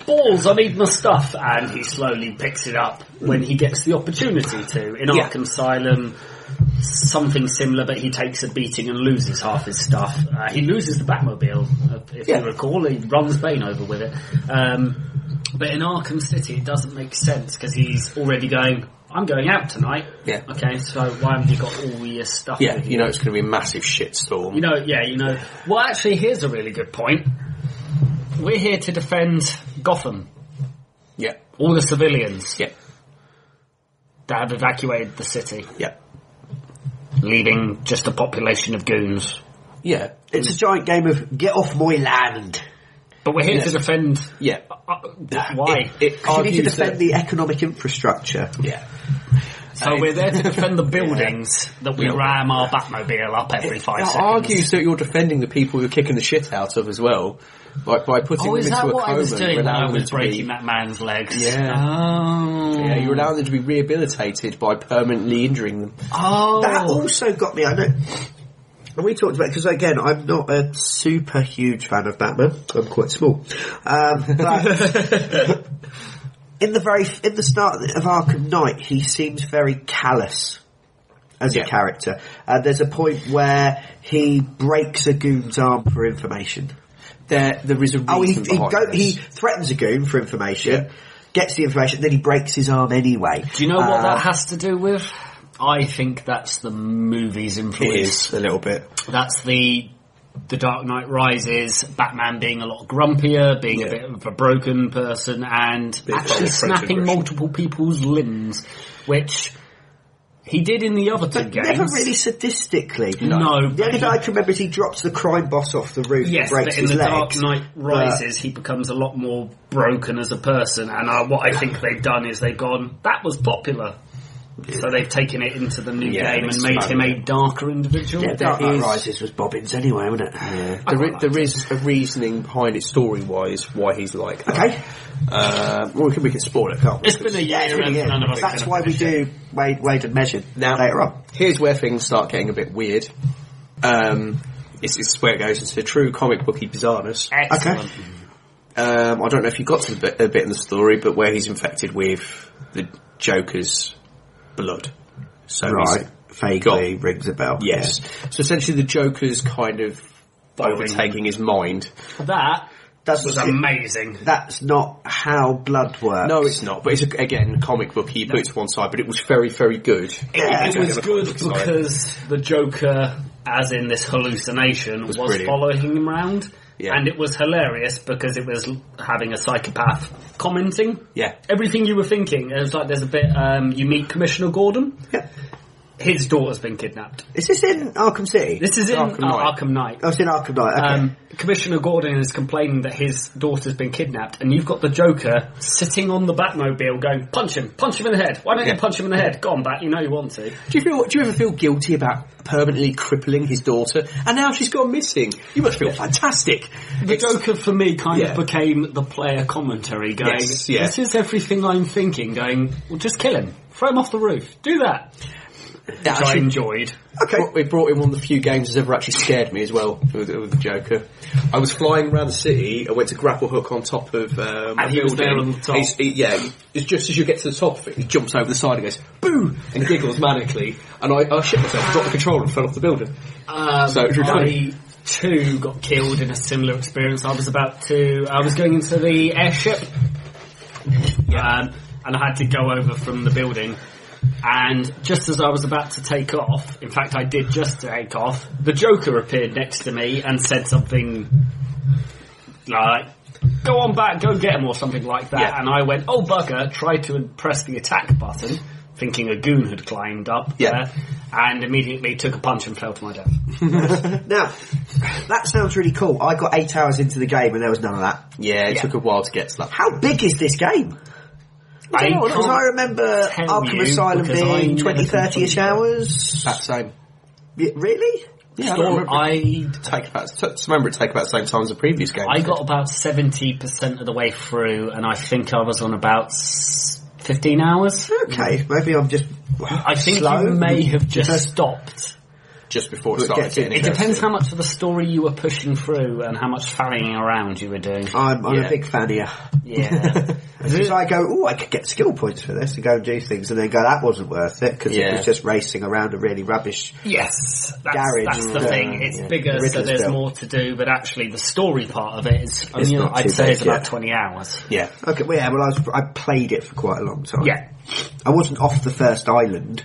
Balls, I need my stuff, and he slowly picks it up when he gets the opportunity to. In Yeah. Arkham Asylum, something similar, but he takes a beating and loses half his stuff. Uh, he loses the Batmobile, uh, if Yeah. you recall. He runs Bane over with it. Um, but in Arkham City, it doesn't make sense because he's already going. I'm going out tonight. Yeah. Okay, so why haven't you got all your stuff? Yeah, with you know it's going to be a massive shitstorm. You know, yeah, you know. Well, actually, here's a really good point. We're here to defend Gotham, yeah, all the civilians yeah, that have evacuated the city, yeah, leaving just a population of goons. yeah, It's a giant game of get off my land. But we're here to Yes. defend. yeah. Uh, why? It, it You need to argues defend that- the economic infrastructure. yeah. So we're there to defend the buildings that we Yeah. ram our Batmobile up every five It seconds. argues that you're defending the people you're kicking the shit out of as well, like by putting Oh, them is into that a what I coma. was doing you're when allowing I them was to be- breaking that man's legs? Yeah. Oh. Yeah, you're allowing them to be rehabilitated by permanently injuring them. Oh. That also got me. I know. And we talked about because again, I'm not a super huge fan of Batman. I'm quite small, um, but in the very in the start of Arkham Knight, he seems very callous as Yeah. a character. Uh, there's a point where he breaks a goon's arm for information. There, there is a reason Oh, he he, behind go, this. he threatens a goon for information. Yeah. Gets the information, then he breaks his arm anyway. Do you know what Uh, that has to do with? I think that's the movie's It influence. is a little bit. That's the the Dark Knight Rises, Batman being a lot grumpier, being Yeah. a bit of a broken person, and Bit of actually a snapping transgression. multiple people's limbs, which he did in the other two games. Never really sadistically. no, The but only he thing I can remember is he drops the crime boss off the roof and Yes, breaks but in his the leg. Dark Knight Rises, he becomes a lot more broken as a person. And uh, what I think they've done is they've gone, that was popular. So they've taken it into the new Yeah, game and and made him a expanded darker individual. Yeah, Dark Knight is- Rises was Bobbins anyway, wasn't it? Yeah. There, i- there is a reasoning behind it story-wise why he's like that. Okay, Uh, well, we can, we can spoil it, can't we? It's been a year yeah, it's really and good. none of us That's are why gonna we finish it. do weighed, weighed and measured Now- later on. Here's where things start getting a bit weird. Um, it's, it's where it goes into the true comic booky bizarreness. Excellent. Okay. Um, I don't know if you got to the bit, a bit in the story, but where he's infected with the Joker's blood. So he's- Right, vaguely rings a bell. yes. So essentially, the Joker's kind of overtaking his mind. That That's, was it- amazing. that's not how blood Uh, works. No, it's not. But it's again comic book. He put it to one side, but it was very, very good. Yeah, it okay, was the good comic side. because the Joker, as in this hallucination, was, brilliant. following him around. Yeah. And it was hilarious because it was l- having a psychopath commenting. Yeah. Everything you were thinking. It was like there's a bit, um, you meet Commissioner Gordon. Yeah. His daughter's been kidnapped. Is this in Arkham City? This is in Arkham Arkham Knight. Knight. Arkham Knight. oh, it's in Arkham Knight. Okay. Um, Commissioner Gordon is complaining that his daughter's been kidnapped, and you've got the Joker sitting on the Batmobile going, punch him, punch him in the head. Why don't Yeah. you punch him in the head? Go on, Bat, you know you want to. Do you feel? Do you ever feel guilty about permanently crippling his daughter? And now she's gone missing. You must feel fantastic. The It's- Joker for me kind Yeah. of became the player commentary going, Yes, yeah. this is everything I'm thinking, going, well just kill him, throw him off the roof, do that. Which That I actually- enjoyed. okay. Brought- It brought in one of the few games that's ever actually scared me as well with, with the Joker. I was flying around the city. I went to grapple hook on top of um, a And he was building. there on the top. He's- he- yeah, it's just as you get to the top of it, he jumps over the side and goes boo and giggles manically. And I, I shit myself, dropped the controller and fell off the building. Um, So it was I funny. too got killed in a similar experience. I was about to, I was going into the airship, um, and I had to go over from the building. And just as I was about to take off, in fact, I did just take off. The Joker appeared next to me and said something like, "Go on back, go get him," or something like that. Yeah. And I went, "Oh bugger!" Tried to press the attack button, thinking a goon had climbed up Yeah. there, and immediately took a punch and fell to my death. Now, that sounds really cool. I got eight hours into the game and there was none of that. Yeah, it Yeah. took a while to get to that. How big is this game? I Because can't- I remember tell Arkham you Asylum because I being never 20, 30 ish completed it. hours. About the same. Y- Really? Yeah, I, Storm- remember, it I take about, t- remember it take about the same time as the previous game. I got about seventy percent of the way through, and I think I was on about s- fifteen hours. Okay, maybe I'm just. I think slow. you may have just stopped. just before it Look, started yeah, getting it It depends how much of the story you were pushing through and how much fanning around you were doing. I'm, I'm Yeah. a big fan here. Yeah. Because I go, oh, I could get skill points for this and go and do things, and then go, that wasn't worth it because Yeah. it was just racing around a really rubbish. Yes, that's, Garage, that's the yeah, thing. It's yeah. bigger, so Riddler's there's built. more to do. But actually, the story part of it is, I It's mean, not I'd too say big, it's about yeah. twenty hours. Yeah. Okay, well, yeah, well, I, was, I played it for quite a long time. Yeah, I wasn't off the first island,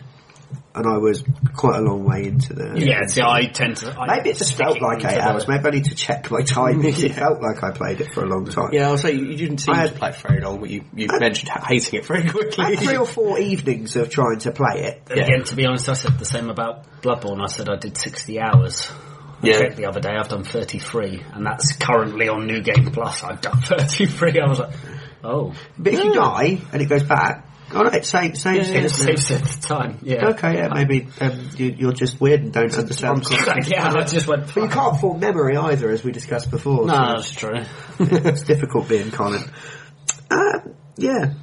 and I was quite a long way into the. yeah. See, I tend to. I Maybe it just felt sticking like to eight the- hours. Maybe I need to check my time. It felt like I played it for a long time. Yeah, I'll say you you didn't seem I to had- play it for very long, but you, you mentioned ha- hating it very quickly. I had three or four evenings of trying to play it. And Yeah. Again, to be honest, I said the same about Bloodborne. I said I did 60 hours. I Yeah. checked the other day, I've done 33, and that's currently on New Game Plus. I've done 33. I was like, oh. But if you die and it goes back, All right, same, same Yeah, thing, yeah, isn't it? saves at the time. Yeah. Okay, yeah, maybe um, you, you're just weird and don't understand. context. yeah, I just went. But you can't form memory either, as we discussed before. so No, that's true. it's difficult being common. Um, yeah,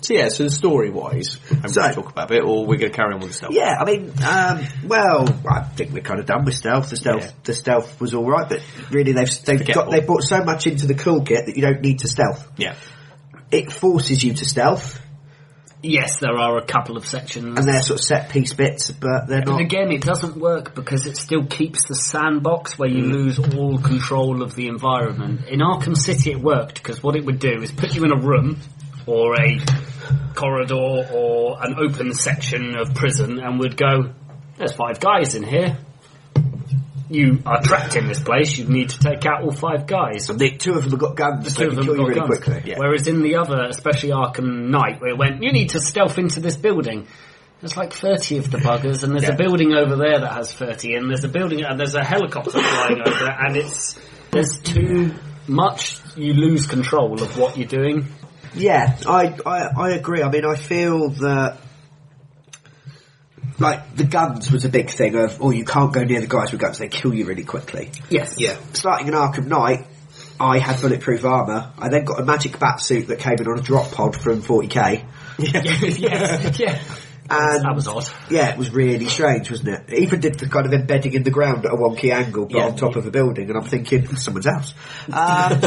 So yeah, so story wise, I'm So- going to talk about it, or we're going to carry on with the stealth. yeah. I mean, um, well, I think we're kind of done with stealth. The stealth, Yeah. the stealth was all right, but really they've they've got Forgettable. they brought so much into the cool kit that you don't need to stealth. Yeah. It forces you to stealth, Yes, there are a couple of sections. and they're sort of set piece bits, but they're But not. again, it doesn't work because it still keeps the sandbox where Mm. you lose all control of the environment. In Arkham City, it worked because what it would do is put you in a room or a corridor or an open section of prison and would go, There's five guys in here. You are trapped in this place. You need to take out all five guys. The two of them have got guns, Two they of can them kill you got really guns. quickly. Yeah. Whereas in the other, especially Arkham Knight, where it went, you need to stealth into this building. There's like 30 of the buggers, and there's Yeah. a building over there that has 30, and there's a building, and there's a helicopter flying over, it, and it's, there's too much, you lose control of what you're doing. Yeah, I, I I agree. I mean, I feel that like the guns was a big thing of oh, you can't go near the guys with guns; they kill you really quickly. Yes. Yeah. Starting an Arkham Knight, I had bulletproof armor. I then got a magic bat suit that came in on a drop pod from 40k. yes. Yeah. And That was odd. yeah, it was really strange, wasn't it? It even did the kind of embedding in the ground at a wonky angle, but Yeah. on top of a building, and I'm thinking someone's house. Um,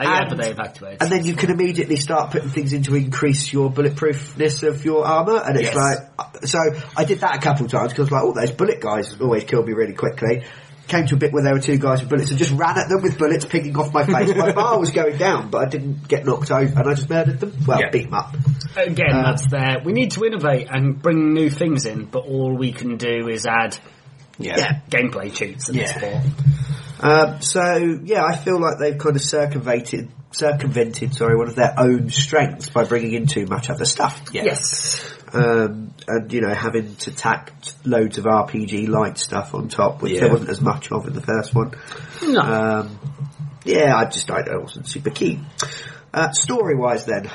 Oh, yeah, and- but they evacuated. And then you can immediately start putting things in to increase your bulletproofness of your armour, and it's Yes. like, so I did that a couple of times, because like, all those bullet guys always killed me really quickly. Came to a bit where there were two guys with bullets and just ran at them with bullets pinging off my face. my bar was going down, but I didn't get knocked over, and I just murdered them. Well, Yeah. beat them up. Again, Uh, that's there. We need to innovate and bring new things in, but all we can do is add Yeah. Yeah. gameplay cheats at Yeah. this point. Um, so yeah, I feel like they've kind of circumvented, circumvented, sorry, one of their own strengths by bringing in too much other stuff. Yeah. Yes. um, and you know having to tack loads of RPG light stuff on top, which Yeah. there wasn't as much of in the first one. No. Um, yeah, I just I wasn't super keen. Uh, story wise, then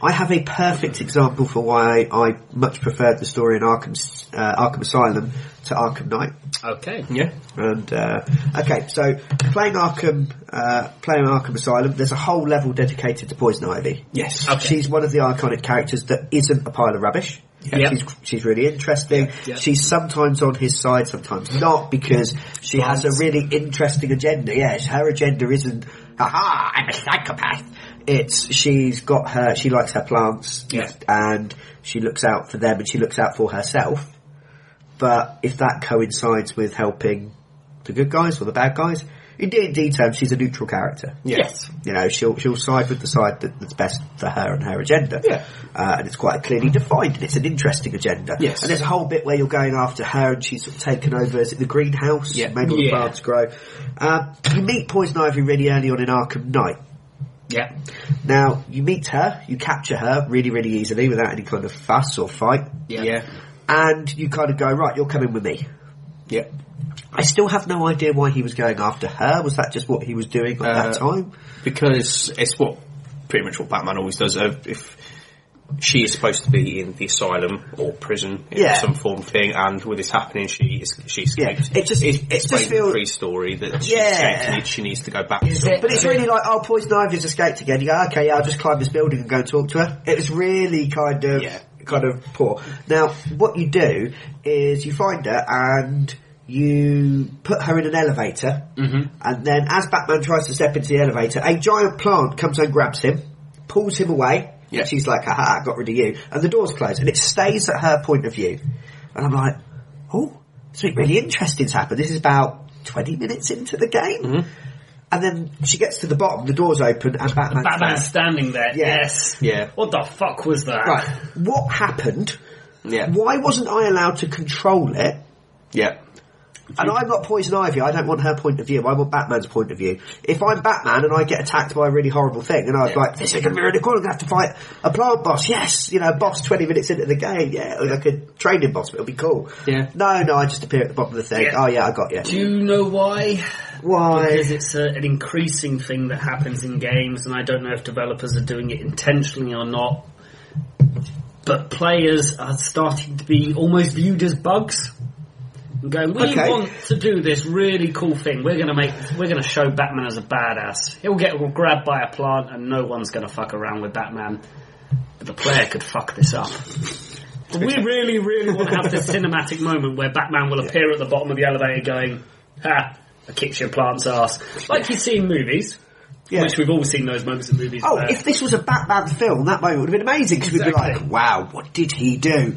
I have a perfect example for why I much preferred the story in Arkham uh, Arkham Asylum to Arkham Knight. okay. Yeah. And uh, okay, so playing Arkham, uh, playing Arkham Asylum, there's a whole level dedicated to Poison Ivy. Yes. Okay. She's one of the iconic characters that isn't a pile of rubbish. Yep. She's, she's really interesting. Yeah. She's sometimes on his side, sometimes not, because she has a really interesting agenda. Yes, her agenda isn't, aha, I'm a psychopath. It's, she's got her, she likes her plants, Yeah. and she looks out for them and she looks out for herself. But if that coincides with helping the good guys or the bad guys, in D&D terms, she's a neutral character. Yes. You know, she'll she'll side with the side that, that's best for her and her agenda. Yeah. Uh, and it's quite clearly defined, and it's an interesting agenda. Yes. And there's a whole bit where you're going after her, and she's sort of taken over. Is it the greenhouse? Yeah. Maybe all the Yeah. plants grow. Um, you meet Poison Ivy really early on in Arkham Knight. Yeah. Now you meet her, you capture her really, really easily without any kind of fuss or fight, Yeah. Yeah. and you kind of go right. You're coming with me. Yeah. I still have no idea why he was going after her. Was that just what he was doing at Uh, that time? Because it's what pretty much what Batman always does. Uh, if she is supposed to be in the asylum or prison in Yeah. some form thing, and with this happening, she is she escapes. Yeah. It just- it's it just explained feels- the pre-story that she Yeah. escaped and she needs to go back. Is it- But it's really like, oh, Poison Ivy's escaped again. You go, okay, yeah, I'll just climb this building and go and talk to her. It was really kind of, Yeah. kind of poor. Now, what you do is you find her and you put her in an elevator, Mm-hmm. and then as Batman tries to step into the elevator, a giant plant comes and grabs him, pulls him away. Yeah. She's like, haha, I got rid of you. And the door's closed, and it stays at her point of view. And I'm like, oh, something really interesting's happened. This is about 20 minutes into the game. And then she gets to the bottom, the door's open, and Batman's Batman there. standing there. Yeah. Yes. Yeah. What the fuck was that? Right, what happened? Yeah, Why wasn't I allowed to control it? yeah, And I'm not Poison Ivy, I don't want her point of view, I want Batman's point of view. If I'm Batman and I get attacked by a really horrible thing, and I was Yeah. like, this is going to be really cool, I'm going to have to fight a plant boss, yes, you know, boss 20 minutes into the game, yeah, or like a training boss, it'll be cool. Yeah. No, no, I just appear at the bottom of the thing, Yeah. oh yeah, I got you. Do you know why? Why? Because it's a, an increasing thing that happens in games, and I don't know if developers are doing it intentionally or not. but players are starting to be almost viewed as bugs. And going, we Okay. want to do this really cool thing. We're gonna make, we're gonna show Batman as a badass. He'll get grabbed by a plant, and no one's gonna fuck around with Batman. But the player could fuck this up. We really, really want to have this cinematic moment where Batman will appear at the bottom of the elevator going, ha, I kicked your plant's ass. Like you see in movies, Yeah. which we've all seen those moments in movies. Oh, where- if this was a Batman film, that moment would have been amazing because we'd be Exactly. like, "Wow, what did he do?"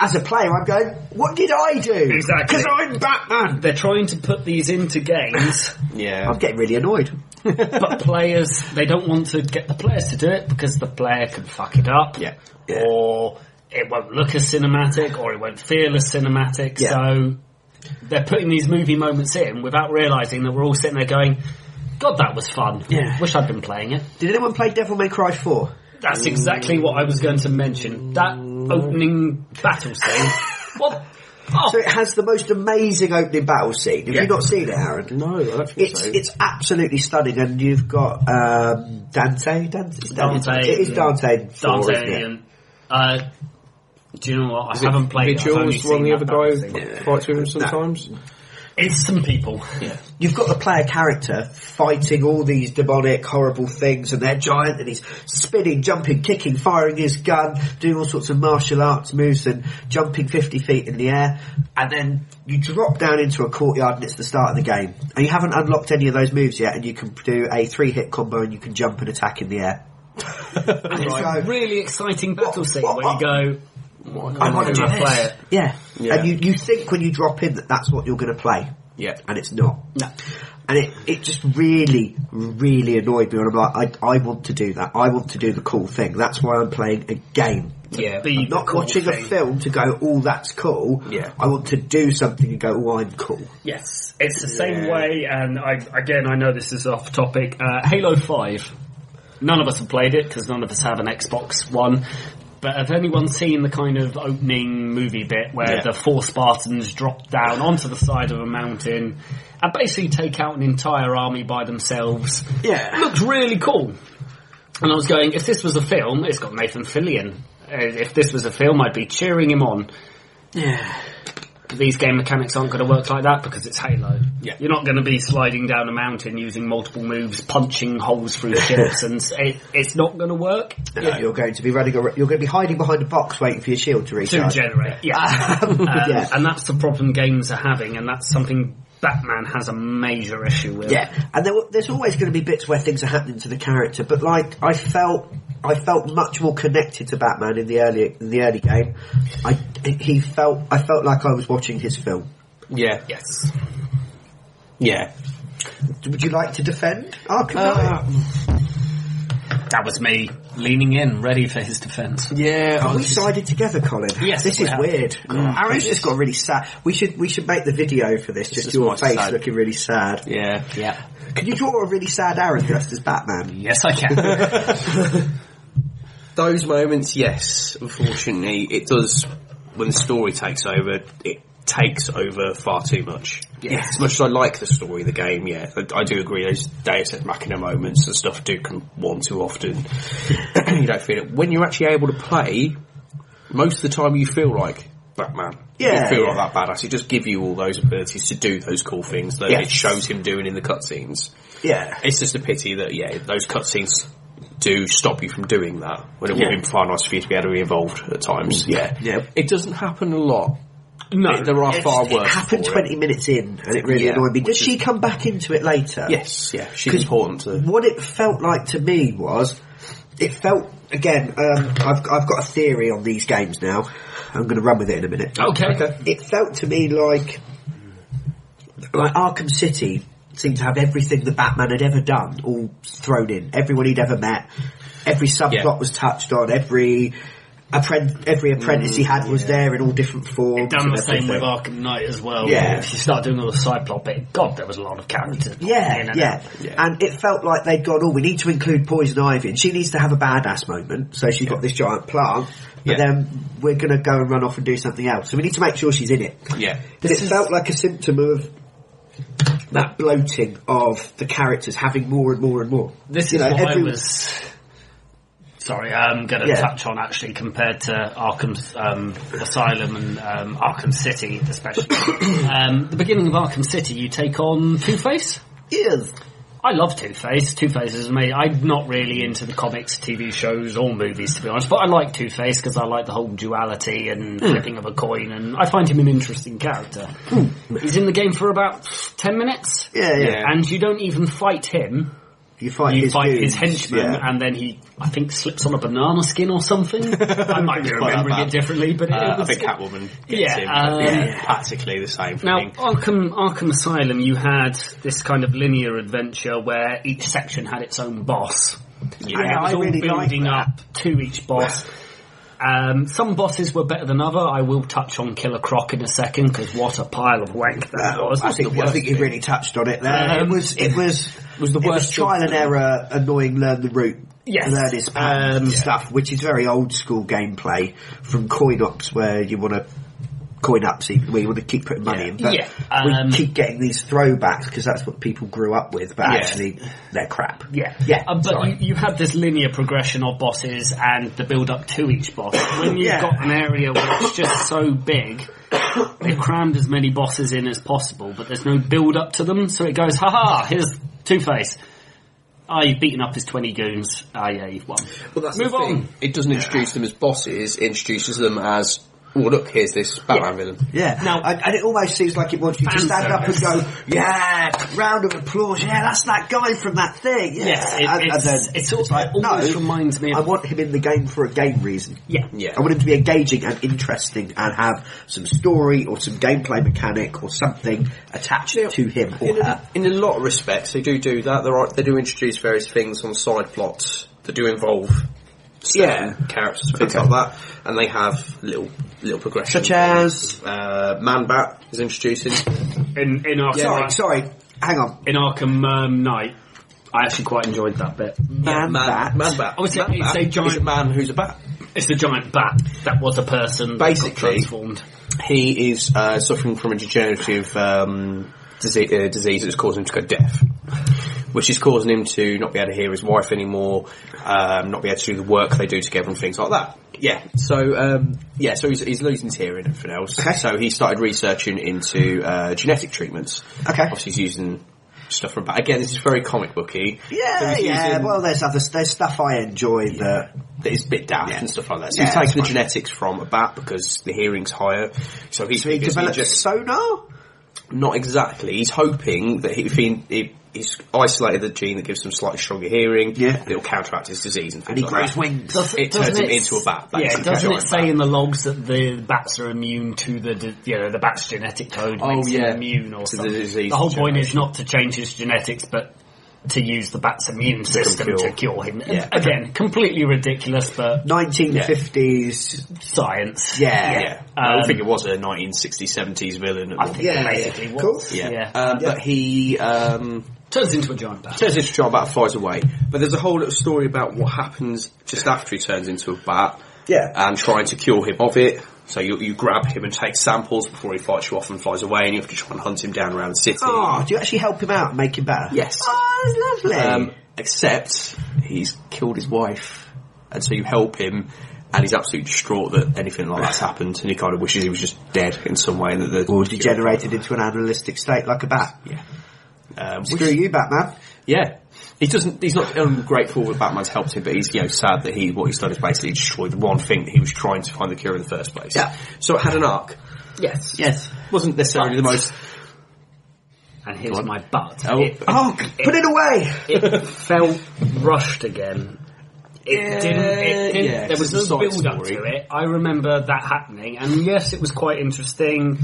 As a player, I'm going, "What did I do?" Exactly. Because I'm Batman. they're trying to put these into games, Yeah. I'm getting really annoyed. but players, they don't want to get the players to do it because the player can fuck it up. Yeah. Or it won't look as cinematic, or it won't feel as cinematic. Yeah. So they're putting these movie moments in without realising that we're all sitting there going, God, that was fun. Yeah. Wish I'd been playing it. Did anyone play Devil May Cry Four? That's exactly what I was going to mention. That opening battle scene. what? Oh, So it has the most amazing opening battle scene. Have Yeah. you not seen it, Aaron? No, I don't think It's so. it's absolutely stunning, and you've got um, Dante. Dante, it's Dante, It is yeah. Dante. in four, Dante isn't it? and uh, do you know what? I it haven't played. it, I've Vigil only is one of seen the that other battle guy scene. who fights with him sometimes. It's some people. You've got the player character fighting all these demonic, horrible things, and they're giant, and he's spinning, jumping, kicking, firing his gun, doing all sorts of martial arts moves, and jumping 50 feet in the air. And then you drop down into a courtyard, and it's the start of the game. And you haven't unlocked any of those moves yet, and you can do a three-hit combo, and you can jump and attack in the air. And it's Right. a really exciting battle scene what- where you go, I I'm wanna going to do play it. Yeah. Yeah. And you, you think when you drop in that that's what you're going to play, Yeah. and it's not. No. And it, it just really, really annoyed me. And I'm like, I, I want to do that. I want to do the cool thing. That's why I'm playing a game. Yeah. Be I'm not the cool watching thing. a film to go, oh, that's cool. Yeah. I want to do something and go, oh, I'm cool. Yes, it's the same Yeah. way. And I, again, I know this is off topic. Uh, Halo Five. None of us have played it because none of us have an Xbox One. But have anyone seen the kind of opening movie bit where Yeah. the four Spartans drop down onto the side of a mountain and basically take out an entire army by themselves? Yeah. Looks really cool. And I was going, if this was a film, it's got Nathan Fillion. Uh, If this was a film, I'd be cheering him on Yeah. these game mechanics aren't going to work like that because it's Halo. Yeah. You're not going to be sliding down a mountain using multiple moves, punching holes through ships, and s- it, it's not going to work You're going to be running. ar- You're going to be hiding behind a box waiting for your shield to to recharge. generate. Yeah. Um, Yeah. And that's the problem games are having, and that's something Batman has a major issue with. Yeah, and there, there's always going to be bits where things are happening to the character, but like I felt, I felt much more connected to Batman in the early in the early game. I he felt I felt like I was watching his film. Yeah. Yes. Yeah. Would you like to defend Oh, Arkham Uh, Knight? That was me leaning in, ready for his defense. Yeah. I we was just- sided together, Colin. Yes, this we is have. weird. Aaron's just got really sad. We should we should make the video for this. Just is your my face sad- looking really sad. Yeah. Yeah. Can you draw a really sad Aaron dressed as Batman? Yes, I can. Those moments, yes. Unfortunately, it does. When the story takes over, it takes over far too much. Yes. As much as I like the story of the game, yeah, I, I do agree. Those Deus Ex Machina moments and stuff do come one too often. you don't feel it when you're actually able to play. Most of the time, you feel like Batman. Yeah, you feel yeah. like that badass. It just give you all those abilities to do those cool things that Yeah. it shows him doing in the cutscenes. Yeah. It's just a pity that yeah, those cutscenes do stop you from doing that. When it would Yeah. Mm. have been far nice for you to be able to be involved at times. Yeah, Yeah. It doesn't happen a lot. no. there are far It worse. happened for it. 20 minutes in, and it really Yeah, annoyed me. Does which she come back into it later? Yes, yeah, she's 'Cause important to. What it felt like to me was, it felt again. Um, I've I've got a theory on these games now. I'm going to run with it in a Oh, minute. Okay. Okay. It felt to me like like Arkham City seemed to have everything that Batman had ever done all thrown in. Everyone he'd ever met, every subplot Yeah. was touched on. Every appren- every apprentice he had was there in all different forms. Done and the same everything. with Arkham Knight as well. Yeah. If you start doing all the side plot bit, God, there was a lot of characters. Yeah, in and yeah. out. Yeah. And it felt like they'd gone, oh, we need to include Poison Ivy, and she needs to have a badass moment, so she's got this giant plant, but Yeah. then we're going to go and run off and do something else. So we need to make sure she's in it. Yeah, But it felt like a symptom of that bloating of the characters having more and more and more. This You is know, what every- I was sorry, I'm going to Yeah. touch on actually compared to Arkham um, Asylum and um, Arkham City, especially. um, the beginning of Arkham City, you take on Two Face. Yes. I love Two Face. Two Face is amazing. I'm not really into the comics, TV shows, or movies to be honest, but I like Two Face because I like the whole duality and Hmm. flipping of a coin, and I find him an interesting character. He's in the game for about ten minutes, Yeah, yeah. Yeah. and you don't even fight him. You fight You his fight goons, his henchman, yeah. and then he, I think, slips on a banana skin or something. I might be It's quite remembering bad. it differently, but Uh, it I was think Catwoman gets Yeah, him. uh, yeah, practically the same Now, thing. Arkham, Arkham Asylum, you had this kind of linear adventure where each section had its own boss. Yeah. and it was I all really building like up to each boss. Um, some bosses were better than other. I will touch on Killer Croc in a second because what a pile of wank that was. I think, I think you really touched on it there. Um, it was it was was the it was worst trial of and error, annoying, learn the route, Yes. learn his patterns Um, and stuff, which is very old school gameplay from coin ops where you want to coin ups, where you want to keep putting money in. But Yeah, um, we keep getting these throwbacks because that's what people grew up with, but Yeah. actually they're crap. Yeah, Yeah, Uh, but sorry. you, you had this linear progression of bosses and the build up to each boss. When you've Yeah. got an area where it's just so big, they've crammed as many bosses in as possible, but there's no build up to them, so it goes, haha, here's Two Face. Ah, you've beaten up his 20 goons. Ah, yeah, you've won. Well, that's Move the thing. on. It doesn't introduce them as bosses. It introduces them as, well, look, here's this Batman villain. Yeah. Now- and, and it almost seems like it wants you to Fan stand up and service. go, yeah, round of applause, yeah, that's that guy from that thing. Yeah. Yes, it, and, and it's, then it sort of almost reminds me I of... want him in the game for a game reason. yeah. Yeah. I want him to be engaging and interesting and have some story or some gameplay mechanic or something attached to him or in, a, her. in a lot of respects, they do do that. There are they do introduce various things on side plots that do involve certain Yeah. characters, things Okay. like that, and they have little little progression. Such as, uh, Man Bat is introduced in. In, in sorry, Arkham, sorry, hang on, In Arkham um, Knight, I actually quite enjoyed that bit. Man, Man Bat. Man Bat. I would say Man it's Bat a giant- is man who's a bat. It's the giant bat that was a person that got Basically- transformed. He is uh, suffering from a degenerative um, disease, uh, disease that's causing him to go deaf, which is causing him to not be able to hear his wife anymore, um, not be able to do the work they do together and things like that. Yeah, so um, yeah, so he's, he's losing his hearing and everything else. Okay. So he started researching into uh, genetic treatments. Okay. obviously he's using stuff from. But again, this is very comic booky. So Yeah, he's yeah, using- well there's other, there's stuff I enjoy that, that is a bit daft Yeah. and stuff like that. So Yeah, he's taking that's the fine. genetics from a bat because the hearing's higher. So he's so he he's develops just- sonar? Not exactly. He's hoping that if he, he he's isolated the gene that gives him slightly stronger hearing, Yeah. that it'll counteract his disease and And things he like grows that. wings. It turns Doesn't him it- into a bat. Yeah, basically, doesn't a it giant say bat. in the logs that the bats are immune to the, d- you know, the bat's genetic code Oh, makes yeah. him immune or To the something. disease the whole point generation. is not to change his genetics, but to use the bat's immune system cure. to cure him. Yeah. Again, completely ridiculous, but 1950s, science. yeah. Yeah, Um, I think it was a 1960s, 70s villain. At I one point. think Yeah, it basically yeah. was. Cool. yeah. Yeah. Um, but he um, Turns into a giant bat. turns into a giant bat, flies away. But there's a whole little story about what happens just after he turns into a bat. Yeah. and trying to cure him of it. So you, you grab him and take samples before he fights you off and flies away, and you have to try and hunt him down around the city. Oh, do you actually help him out and make him better? Yes. Oh, that's lovely. Um, except he's killed his wife, and so you help him, and he's absolutely distraught that anything like that's happened, and he kind of wishes he was just dead in some way, and that the or degenerated into an animalistic state like a bat. Yeah. Um, Screw you, Batman. Yeah. He doesn't. He's not ungrateful that Batman's helped him, but he's you know sad that he what he's done is basically destroyed the one thing that he was trying to find the cure in the first place. Yeah. So it had an arc. Yes. Yes. wasn't necessarily the most. And here's my butt. Oh. It, Oh, put it away. it felt rushed again. It didn't. It didn't Uh, yeah, there was it's a no side build up story. to it. I remember that happening, and yes, it was quite interesting.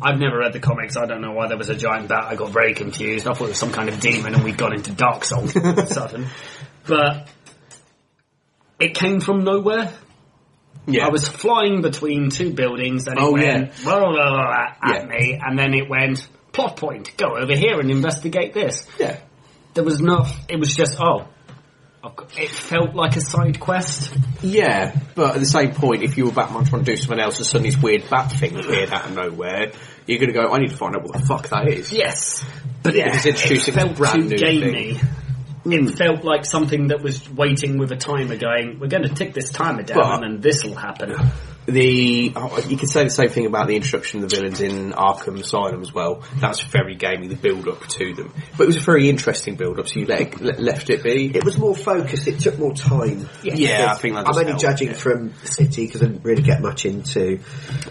I've never read the comics. I don't know why there was a giant bat. I got very confused. I thought it was some kind of demon, and we got into Dark Souls all of a sudden. But it came from nowhere. Yeah. I was flying between two buildings and it Oh, went blah, blah, blah, blah, at Yeah. me and then it went plot point, go over here and investigate this. Yeah. There was no, it was just, oh, I've got- it felt like a side quest. Yeah, but at the same point, if you were Batman trying to do something else and suddenly this weird bat thing appeared out of nowhere, you're going to go, I need to find out what the fuck that is. Yes. But It was introducing a brand too new gamey. thing. It felt like something that was waiting with a timer going, we're going to tick this timer down But- and this will happen. The oh, you could say the same thing about the introduction of the villains in Arkham Asylum as well. That's very gamey, the build up to them, but it was a very interesting build up. So you let it, le- left it be. It was more focused. It took more time. Yeah, I think that I'm does only help, judging from City because I didn't really get much into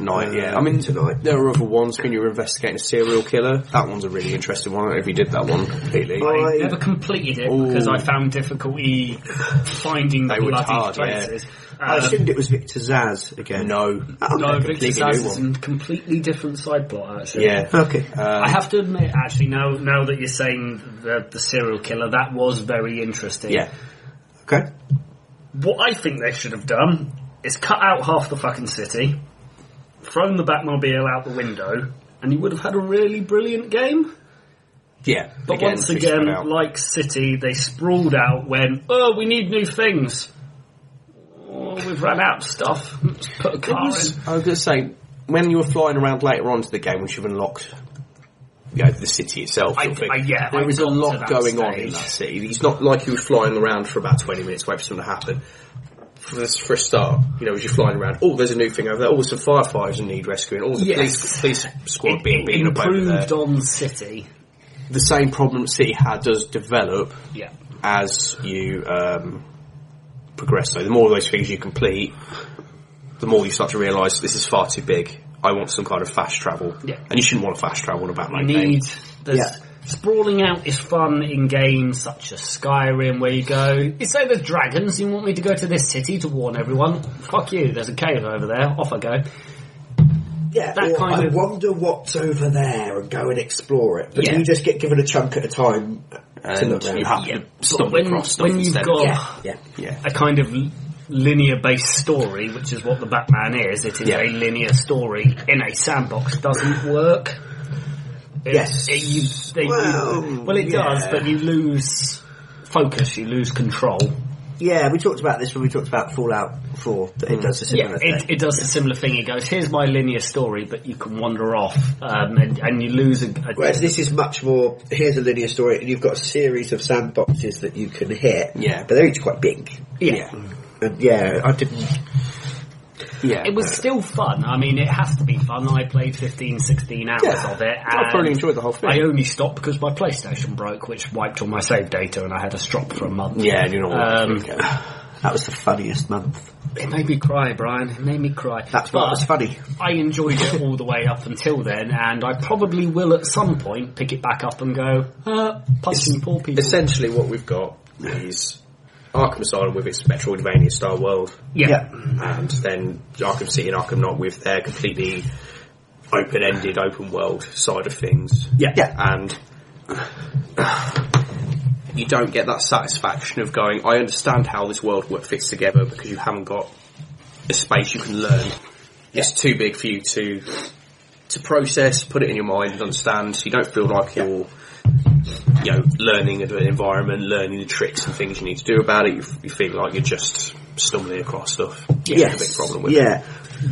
Night, uh, yeah. I mean, tonight. there are other ones when you're investigating a serial killer. That one's a really interesting one. I don't know if you did that one completely. I- I never completed it because I found difficulty finding the They were bloody hard, yeah. places. I Um, assumed it was Victor Zaz again. no, no, completely Victor Sass new is a completely different side plot, actually. yeah. Okay. Uh, I have to admit, actually, now now that you're saying the, the serial killer, that was very interesting. Yeah, Okay. What I think they should have done is cut out half the fucking city, thrown the Batmobile out the window, and you would have had a really brilliant game. yeah. But once we spread again, out. like City, they sprawled out when, oh, we need new things. Oh, we've run out of stuff. Let's put a car I in. was going to say, when you were flying around later on to the game, which you've unlocked, you know, the city itself. I- sort of thing, I- yeah, I there was a got to lot that going on stage. in that city. It's not like you were flying around for about 20 minutes waiting for something to happen. For, this, for a start, you know, as you're flying around, oh, there's a new thing over there. Oh, some firefighters in need rescuing. All the Yes. police, police squad It- being it beaten up over there. improved on City. The same problem City had does develop Yeah. as you um, progress. So the more of those things you complete, the more you start to realise this is far too big. I want some kind of fast travel, Yeah. and you shouldn't want a fast travel on a Batman You game. need there's sprawling out is fun in games such as Skyrim where you go you say there's dragons you want me to go to this city to warn everyone fuck you there's a cave over there off I go Yeah, That or kind I of- wonder what's over there and go and explore it. But Yeah. you just get given a chunk at a time to And look you at. have Yeah. to stumble When- across stuff when you've instead. got- Yeah, yeah. yeah, a kind of linear based story which is what the Batman is it is Yeah. a linear story in a sandbox doesn't work It- Yes. it- you- they- you- Well, well it does yeah. but you lose focus you lose control Yeah, we talked about this when we talked about Fallout 4, that Hmm. it does a Yeah, similar it, thing. it does a similar thing. It goes, here's my linear story, but you can wander off, um, and, and you lose a, a Whereas this is much more, here's a linear story, and you've got a series of sandboxes that you can hit. Yeah. But they're each quite big. yeah. And yeah, I didn't... yeah. It was still fun. I mean, it has to be fun. I played 15, 16 hours Yeah. of it. I and thoroughly enjoyed the whole thing. I only stopped because my PlayStation broke, which wiped all my save data, and I had a strop for a month. yeah, you know. Um, okay. That was the funniest month. It made me cry, Brian. It made me cry. That's what But- was funny. I enjoyed it all the way up until then, and I probably will at some point pick it back up and go, uh, punching poor people. Essentially, what we've got is Arkham Asylum with its Metroidvania style world, yeah. and then Arkham City and Arkham Knight with their completely open-ended, open world side of things. Yeah. Yeah. and you don't get that satisfaction of going, I understand how this world work fits together because you haven't got a space you can learn. It's too big for you to to process, put it in your mind and understand. So you don't feel like you're you know, learning an environment, learning the tricks and things you need to do about it. You, f- you feel like you're just stumbling across stuff. Yes. That's a big problem with it. yeah.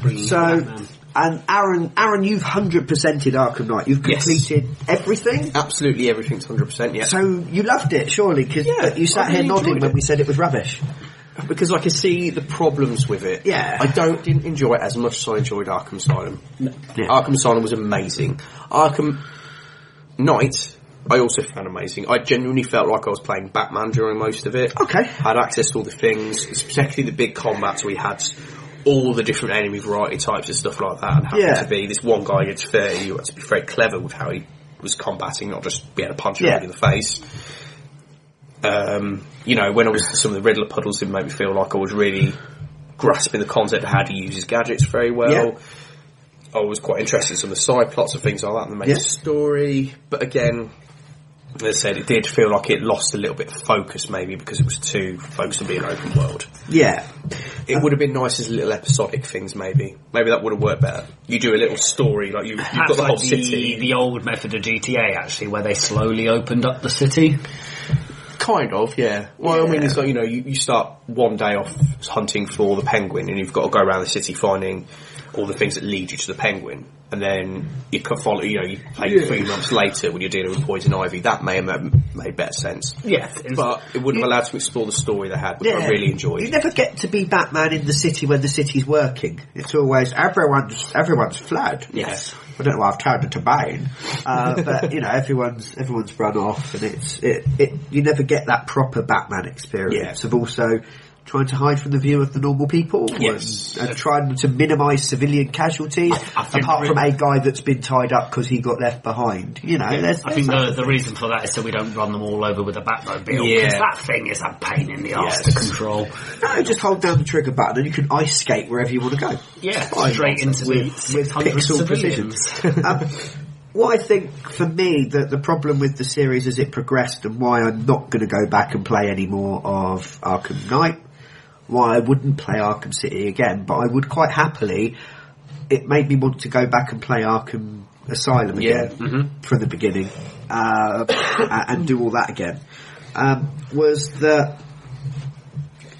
Bringing So, Batman. and Aaron, Aaron, you've 100%ed Arkham Knight. You've Yes. completed everything? Absolutely everything's 100%, yeah. So you loved it, surely, because Yeah, you sat I really here nodding enjoyed when it. we said it was rubbish. because I can see the problems with it. Yeah. I don't didn't enjoy it as much as I enjoyed Arkham Asylum. Yeah. Arkham Asylum was amazing. Arkham Knight, I also found amazing. I genuinely felt like I was playing Batman during most of it. Okay. had access to all the things, it's particularly the big combats we had. All the different enemy variety types and stuff like that, and happened Yeah. to be this one guy against thirty. You had to be very clever with how he was combating, not just be able to punch him Yeah. right in the face um, you know, when I was some of the Riddler puddles, it made me feel like I was really grasping the concept of how to use his gadgets very well. Yeah. I was quite interested in some of the side plots and things like that and the main Yeah. story. But again, as I said, it did feel like it lost a little bit of focus maybe because it was too focused on being open world. Yeah. It would have been nice as little episodic things maybe. Maybe that would have worked better. You do a little story, like you, you've got Perhaps the whole like city. The, old method of GTA, actually, where they slowly opened up the city. Kind of, yeah. Well, I mean, it's like, you know, you, you start one day off hunting for the penguin and you've got to go around the city finding all the things that lead you to the penguin. And then you can follow, you know, you play Yeah. three months later when you're dealing with poison ivy. That may have made better sense. Yeah, But it wouldn't have allowed us to explore the story they had, which Yeah. I really You enjoyed. never get to be Batman in the city when the city's working. It's always everyone's everyone's fled. yes. I don't know why I've turned into Bane, uh, but you know everyone's everyone's run off, and it's it, it you never get that proper Batman experience of also trying to hide from the view of the normal people Yes. and, and trying to minimise civilian casualties, apart from a guy that's been tied up because he got left behind. You know, there's, I think the, the reason for that is so we don't run them all over with a Batmobile. Yeah. Because that thing is a pain in the arse to control. no, just hold down the trigger button and you can ice skate wherever you want to go. Yeah, Fine. straight into the with, with 600 pixel precision. civilians. um, what I think for me that the problem with the series as it progressed and why I'm not going to go back and play any more of Arkham Knight, why I wouldn't play Arkham City again, but I would quite happily. It made me want to go back and play Arkham Asylum again mm-hmm. from the beginning uh, a- and do all that again. Um, was that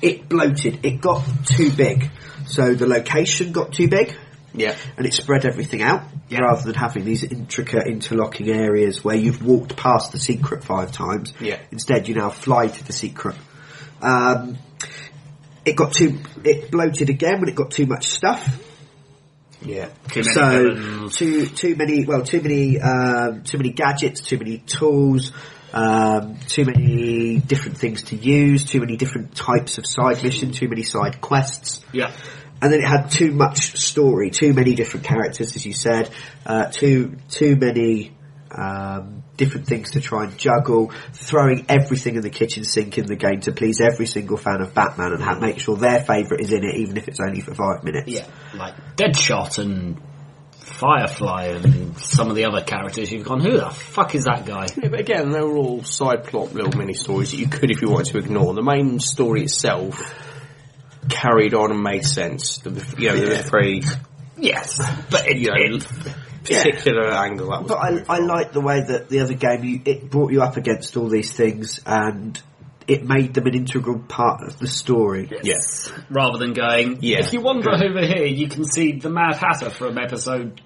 it bloated? It got too big, so the location got too big Yeah. and it spread everything out rather than having these intricate interlocking areas where you've walked past the secret five times. Yeah. Instead, you now fly to the secret. Um, it got too it bloated again when it got too much stuff. Yeah. Too many So villains. too too many well too many um, too many gadgets, too many tools. Um, too many different things to use, too many different types of side mission, too many side quests Yeah. and then it had too much story, too many different characters, as you said, uh, too too many um, different things to try and juggle, throwing everything in the kitchen sink in the game to please every single fan of Batman and ha- make sure their favourite is in it, even if it's only for five minutes. Yeah. Like Deadshot and Firefly and some of the other characters you've gone, who the fuck is that guy? Yeah, but again, they were all side plot little mini stories that you could, if you wanted to, ignore. The main story itself carried on and made sense. There was, you know, there was a very Yes. But it, you know, it- particular angle that was. But I, I like the way that the other game you, it brought you up against all these things and it made them an integral part of the story. Yes. rather than going, Yeah. if you wander over here, you can see the Mad Hatter from episode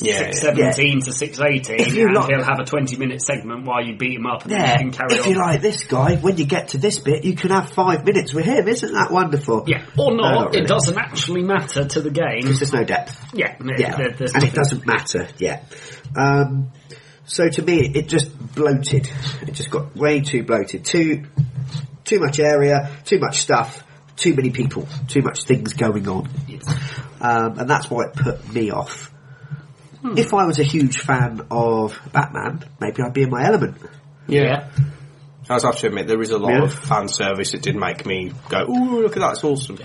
Yeah, yeah. 617 to 618, If you and like- he'll have a 20 minute segment while you beat him up and Yeah, then you can carry if on. you like this guy, when you get to this bit, you can have five minutes with him. Isn't that wonderful? Yeah, or not, not really. it doesn't actually matter to the game. Because there's no depth. Yeah, Yeah. there- there's and it nothing. doesn't matter. Yeah. Um, so to me, it just bloated. It just got way too bloated. Too, too much area, too much stuff, too many people, too much things going on. Um, and that's why it put me off. Hmm. If I was a huge fan of Batman, maybe I'd be in my element. Yeah. I also have to admit, there is a lot Yeah. of fan service that did make me go, ooh, look at that, it's awesome.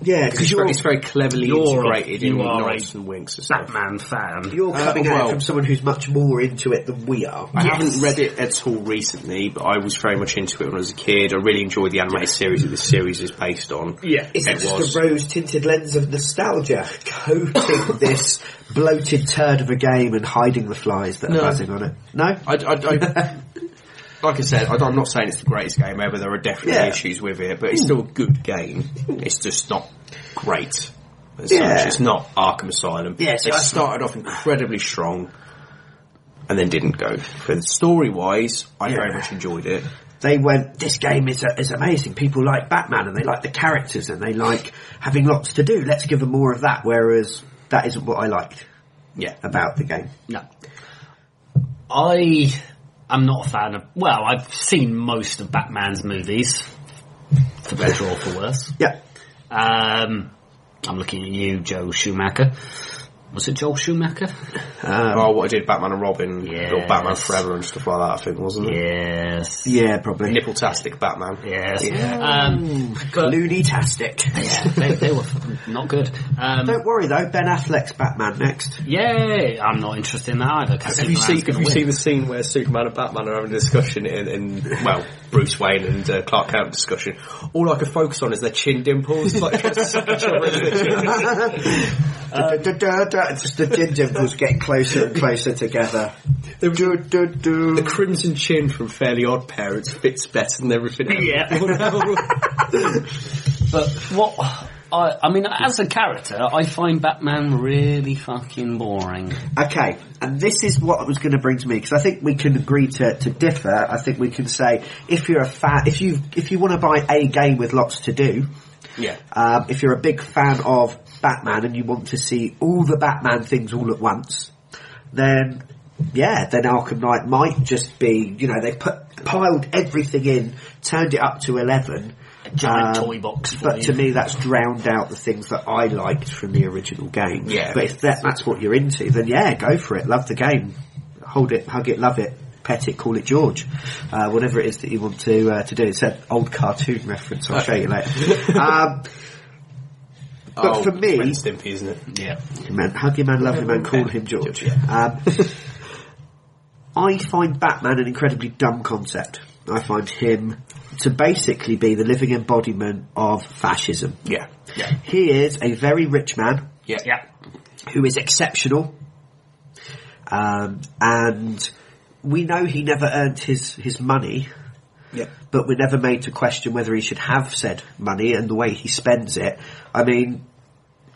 Yeah, It's, because very, you're it's very cleverly you're a- integrated in you are nods and winks and stuff. Batman fan. you're Uh, coming at well- it from someone who's much more into it than we are. I Yes. haven't read it at all recently, but I was very much into it when I was a kid. I really enjoyed the animated series that this series is based on. Yeah. It's It just was. a rose-tinted lens of nostalgia coating this bloated turd of a game and hiding the flies that are buzzing on it. No, I, I, I- like I said, I, am not saying it's the greatest game ever. There are definitely Yeah. issues with it, but it's still a good game. It's just not great. As Yeah. such. It's not Arkham Asylum. Yeah, so it I- started off incredibly strong and then didn't go. But story-wise, I very Yeah. much enjoyed it. they went. This game is uh, is amazing. People like Batman and they like the characters and they like having lots to do. Let's give them more of that. Whereas that isn't what I liked Yeah. about the game. No. I am not a fan of. Well, I've seen most of Batman's movies, for better or for worse. Yeah, Um, I'm looking at you, Joe Schumacher. Was it Joel Schumacher? Um, oh, what I did, Batman and Robin, or Yes. Batman Forever and stuff like that, I think, wasn't it? Yes. yeah, probably. Nippletastic Batman. Yes. Yeah. Um, but Loony-tastic. yeah, they, they were fucking not good. Um, Don't worry though. Ben Affleck's Batman next. yay! I'm not interested in that either. 'cause Have you Superman's seen? Have gonna you win. seen the scene where Superman and Batman are having a discussion in, in well, Bruce Wayne and uh, Clark Kent discussion? All I could focus on is their chin dimples. It's like trying to suck each other into their chin. Da-da-da-da. Just the gin dimples getting closer and closer together. Du-du-du. The crimson chin from Fairly Odd Parents fits better than everything. else. Yeah. but what I, I mean, as a character, I find Batman really fucking boring. Okay, and this is what was going to bring to me because I think we can agree to, to differ. I think we can say if you're a fan, if you if you want to buy a game with lots to do, Yeah. um, if you're a big fan of Batman and you want to see all the Batman things all at once, then yeah, then Arkham Knight might just be you know they put piled everything in, turned it up to eleven. A giant Um, toy box for Um, but to you. me that's drowned out the things that I liked from the original game. Yeah. But if that, that's what you're into, then yeah, go for it. Love the game. Hold it, hug it, love it, pet it, call it George. Uh, whatever it is that you want to, uh, to do. It's an old cartoon reference, I'll show you later. um, but Oh, for me, Ren Stimpy, isn't it? Yeah. man, hug your man, love your man, call him George. Um, I find Batman an incredibly dumb concept. I find him to basically be the living embodiment of fascism. Yeah. Yeah. He is a very rich man Yeah. Yeah. who is exceptional, um, and we know he never earned his, his money, Yeah. but we're never made to question whether he should have said money and the way he spends it. I mean,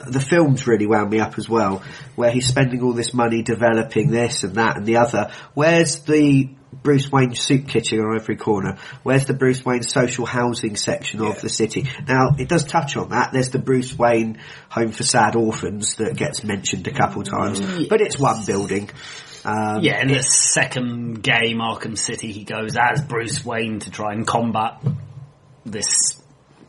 the films really wound me up as well, where he's spending all this money developing this and that and the other. Where's the Bruce Wayne soup kitchen on every corner? Where's the Bruce Wayne social housing section Yeah. of the city? Now, it does touch on that. There's the Bruce Wayne home for sad orphans that gets mentioned a couple times, but it's one building. Um, Yeah, in the second game, Arkham City, he goes as Bruce Wayne to try and combat this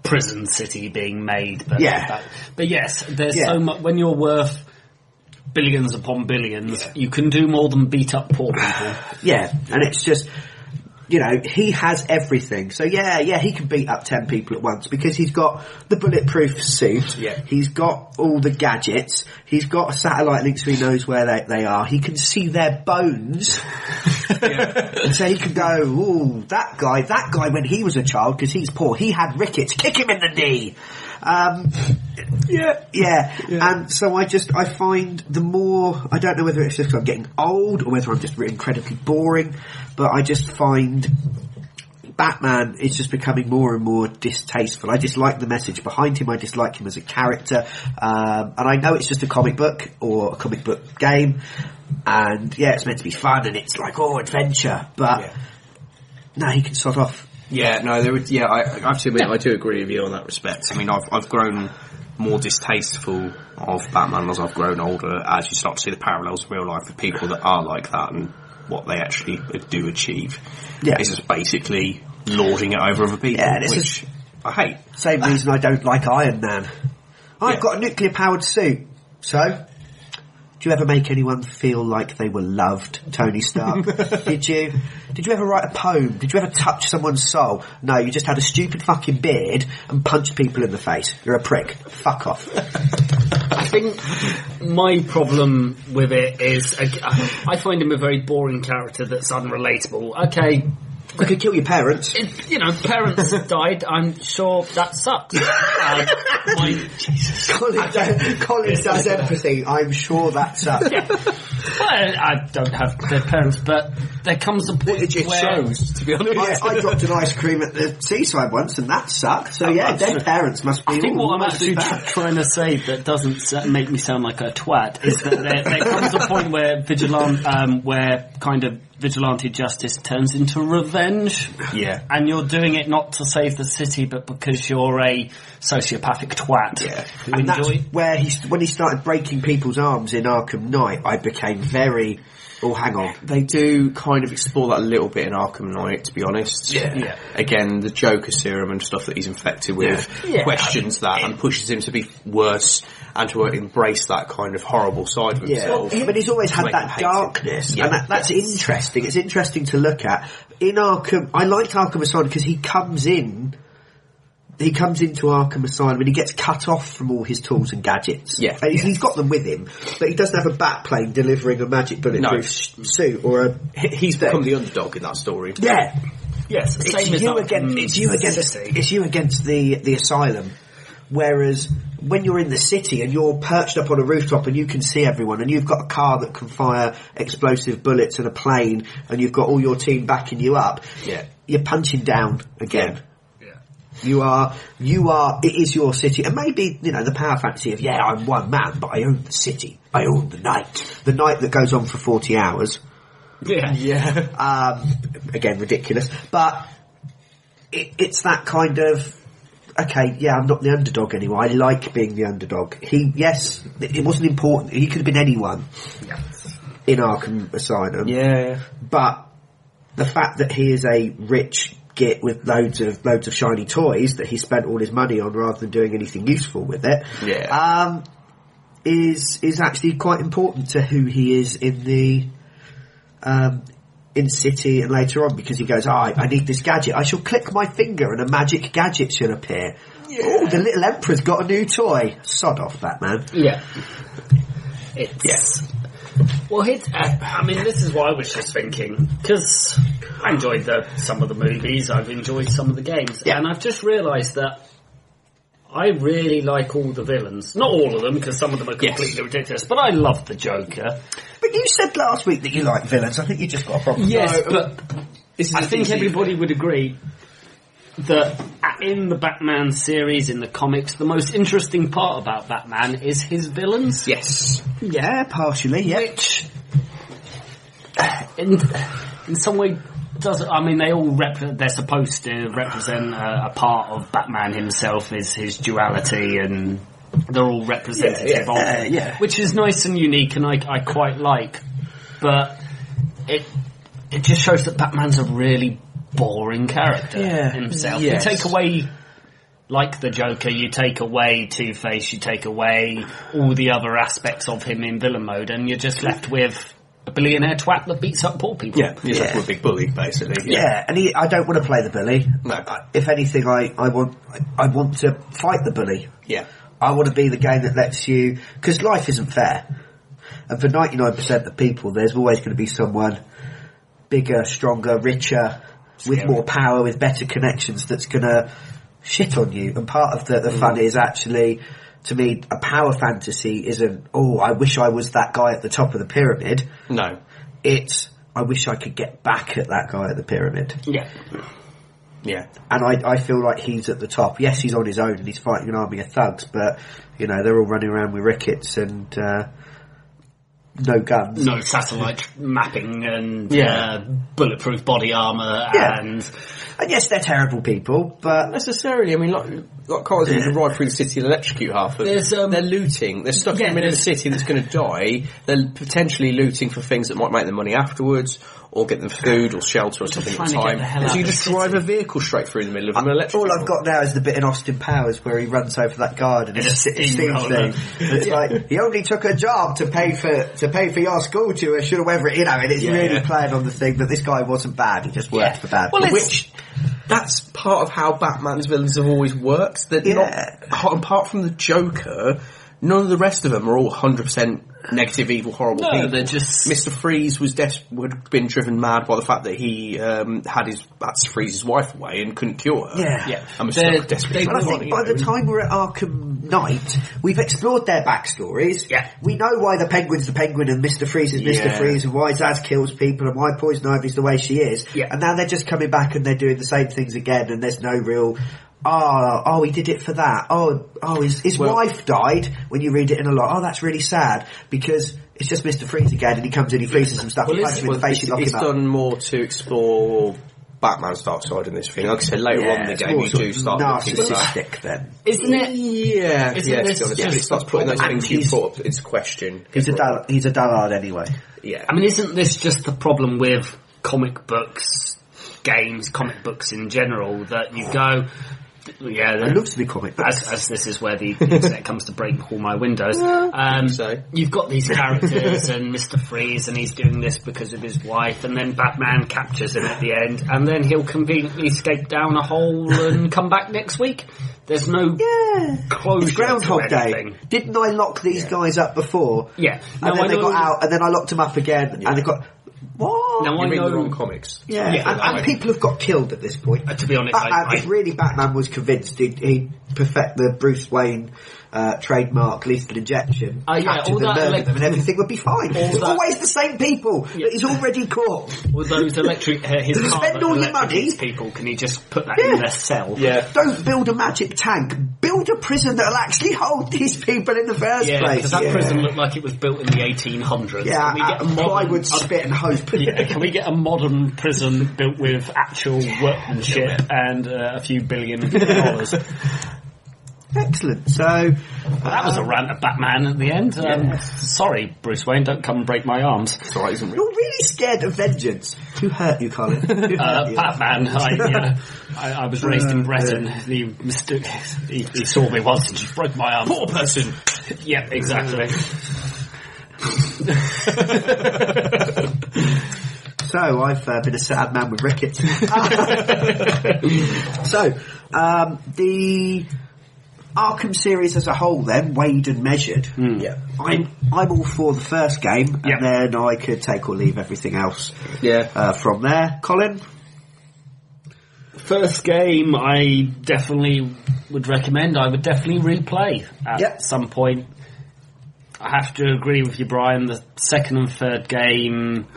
prison city being made. But Yeah. that- but yes, there's Yeah. so much when you're worth billions upon billions, you can do more than beat up poor people. Yeah, and it's just, you know, he has everything. So yeah, yeah, he can beat up ten people at once because he's got the bulletproof suit. Yeah. He's got all the gadgets. He's got satellite links so he knows where they, they are. He can see their bones. and so he can go, ooh, that guy, that guy when he was a child, because he's poor, he had rickets, kick him in the knee. Um, Yeah. yeah. and so I just I find the more I don't know whether it's just 'cause I'm getting old or whether I'm just re- incredibly boring, but I just find Batman is just becoming more and more distasteful. I dislike the message behind him. I dislike him as a character, um, and I know it's just a comic book or a comic book game, and yeah, it's meant to be fun and it's like oh adventure, but Yeah. no, he can sod off. Yeah, no, there would. Yeah, I, I have to admit, I do agree with you on that respect. I mean, I've I've grown more distasteful of Batman as I've grown older, as you start to see the parallels in real life with people that are like that and what they actually do achieve. Yeah. it's just basically lording it over other people, Yeah, this which is- I hate. Same reason I don't like Iron Man. I've Yeah. got a nuclear powered suit. So, do you ever make anyone feel like they were loved, Tony Stark? Did you? Did you ever write a poem? Did you ever touch someone's soul? No, you just had a stupid fucking beard and punched people in the face. You're a prick. Fuck off. I think my problem with it is I, I find him a very boring character that's unrelatable. Okay, I could kill your parents. if, you know, parents died. I'm sure that sucks. Uh, my- Colin, does, Colin does empathy. I'm sure that's up. Well, I don't have their parents, but there comes a point It just where shows, to be honest. I, I dropped an ice cream at the seaside once and that sucked. So yeah, dead parents must be I think all- what I'm must be actually bad. tr- trying to say that doesn't s- make me sound like a twat is that there, there comes a point where vigilante, um, where kind of vigilante justice turns into revenge, Yeah, and you're doing it not to save the city, but because you're a sociopathic twat who and that's enjoy. where he when he started breaking people's arms in Arkham Knight, I became very. Oh, hang on. they do kind of explore that a little bit in Arkham Knight, to be honest. Yeah. Yeah. Again, the Joker serum and stuff that he's infected with Yeah. questions that and pushes him to be worse and to embrace that kind of horrible side of himself. but he's always had Make him that hate him. darkness, Yeah. and that, that's interesting. It's interesting to look at. In Arkham, I liked Arkham Asylum because he comes in. He comes into Arkham Asylum and he gets cut off from all his tools and gadgets. Yeah. and he's- he's got them with him, but he doesn't have a bat plane delivering a magic bulletproof suit or a. He's become the underdog in that story. Yeah, yes, the same it's as you Arkham against it's you against City. it's you against the the asylum. Whereas when you're in the city and you're perched up on a rooftop and you can see everyone and you've got a car that can fire explosive bullets and a plane and you've got all your team backing you up, Yeah. you're punching down again. Yeah. You are, you are, it is your city. And maybe, you know, the power fantasy of, yeah, I'm one man, but I own the city. I own the night. The night that goes on for 40 hours. Yeah. Yeah. Um, again, ridiculous. But it, it's that kind of, okay, yeah, I'm not the underdog anymore. I like being the underdog. He, yes, it wasn't important. He could have been anyone in Arkham Asylum. Yeah. But the fact that he is a rich git with loads of loads of shiny toys that he spent all his money on rather than doing anything useful with it, Yeah. um, is is actually quite important to who he is in the um, in City and later on because he goes, oh, I, I need this gadget. I shall click my finger and a magic gadget shall appear. Oh, the little emperor's got a new toy. Sod off, Batman. Yeah. It's, Well, it, uh, I mean, this is what I was just thinking because I enjoyed the, some of the movies, I've enjoyed some of the games, and I've just realised that I really like all the villains. Not all of them because some of them are completely ridiculous, but I love the Joker. But you said last week that you like villains. I think you just got a problem. Yes, No, but This is I a think DC everybody would agree that in the Batman series, in the comics, the most interesting part about Batman is his villains. Yes. Yeah, partially. Yeah. Which, in, in some way, does I mean they all rep- they're supposed to represent a, a part of Batman himself is his duality and they're all representative Yeah, of yeah, it, yeah. which is nice and unique and I, I quite like, but it it just shows that Batman's a really boring character Yeah, himself. yes. You take away like the Joker, you take away Two Face, you take away all the other aspects of him in villain mode, and you're just left with a billionaire twat that beats up poor people. Yeah. He's like a big bully, basically. Yeah, and he, I don't want to play the bully. No. I- If anything, I, I want I, I want to fight the bully. Yeah. I want to be the game that lets you because life isn't fair, and for ninety nine percent of people, there's always going to be someone bigger, stronger, richer, with more power, with better connections that's going to shit on you. And part of the, the fun is actually. To me, a power fantasy isn't, oh, I wish I was that guy at the top of the pyramid. No. It's, I wish I could get back at that guy at the pyramid Yeah. Yeah. and I, I feel like he's at the top. Yes, he's on his own and he's fighting an army of thugs, but you know they're all running around with rickets and uh, no guns. No satellite mapping and Yeah. uh, bulletproof body armour Yeah. and And yes, they're terrible people, but Necessarily. I mean, like like cars, you can ride through the city and electrocute half of There's, them. um, they're looting. They're stuck yeah, in the middle of a there's- city that's going to die. They're potentially looting for things that might make them money afterwards, or get them food or shelter or something trying at the to get time. the hell And out so you of the just drive a vehicle straight through the middle of them. and electrocute all I've got now is the bit in Austin Powers where he runs over that guard and it's just a steam steamroller. thing. It's like he only took a job to pay for to pay for your school tuition or whatever. You know, and it's really playing on the thing that this guy wasn't bad. He just worked for bad. Well, people. it's- that's part of how Batman's villains have always worked. That Yeah. not apart from the Joker, none of the rest of them are all hundred percent negative, evil, horrible people. they're just- Mister Freeze was des- would have been driven mad by the fact that he um, had his had to freeze his wife away and couldn't cure her. Yeah. Yeah. I'm They're- desperately. they And I trying, think you by know. the time we're at Arkham Knight, we've explored their backstories. Yeah. We know why the Penguin's the Penguin and Mr. Freeze is Mr. Yeah. Freeze and why Zaz kills people and why Poison Ivy's the way she is. Yeah. And now they're just coming back and they're doing the same things again and there's no real, oh, oh, he did it for that. Oh, oh, his, his Well- wife died when you read it in a lot. Oh, that's really sad because it's just Mr. Freeze again and he comes in, he freezes some stuff, Well, he it's, punches him in the well, face, it's, you lock it's him up. done more to explore Batman's dark side in this thing. Like I said, later on in the it's game, all you sort do of start looking at that. narcissistic then. isn't it? Yeah, yeah, Isn't to this be honest, just but it starts putting those things you brought up into question. He's a, dull, he's a dullard anyway. Yeah. I mean, isn't this just the problem with comic books, games, comic books in general, that you go, yeah, It the- looks to be comic, but as, as this is where the internet comes to break all my windows. Um, so. You've got these characters and Mr. Freeze, and he's doing this because of his wife, and then Batman captures him at the end, and then he'll conveniently escape down a hole and come back next week. There's no Yeah. closure It's Groundhog to Day. anything. Didn't I lock these guys up before? Yeah. And Now, then I they know- got out, and then I locked them up again, and they got what? Now You I read the know wrong comics. yeah, yeah, and, I- Uh, and people have got killed at this point. to be honest, I- Batman, I- if really Batman was convinced, he, he perfect the Bruce Wayne uh, trademark lethal injection, Oh, yeah, capture all them, that murder elec- them, and everything would be fine. It's that- always the same people that he's already caught. Or those electric, uh, his car Spend that all your electrocutes money. people, can he just put that Yeah. in their cell? Yeah. Don't build a magic tank. Build a prison that'll actually hold these people in the first Yeah, place. because that yeah. prison looked like it was built in the 1800s. Yeah, Can we get a uh, modern- plywood spit and hope. Yeah, can we get a modern prison built with actual workmanship and uh, a few billion dollars? that Excellent. So uh, that was a rant at Batman at the end. Um, Sorry, Bruce Wayne, don't come and break my arms. It's alright, isn't it? You're really scared of vengeance. Who hurt you, Colin? Who hurt Uh, you? Batman, I, yeah, I, I was raised in Britain. He, mistook, he, he saw me once and just broke my arm. Poor person. Uh, yeah, exactly. So I've uh, been a sad man with rickets. so um, the Arkham series as a whole, then weighed and measured. Yeah. I'm I'm all for the first game, and Hmm. Yeah. then I could take or leave everything else Yeah. uh, from there. Colin, First game, I definitely would recommend. I would definitely replay at Yep. some point. I have to agree with you, Brian. The second and third game,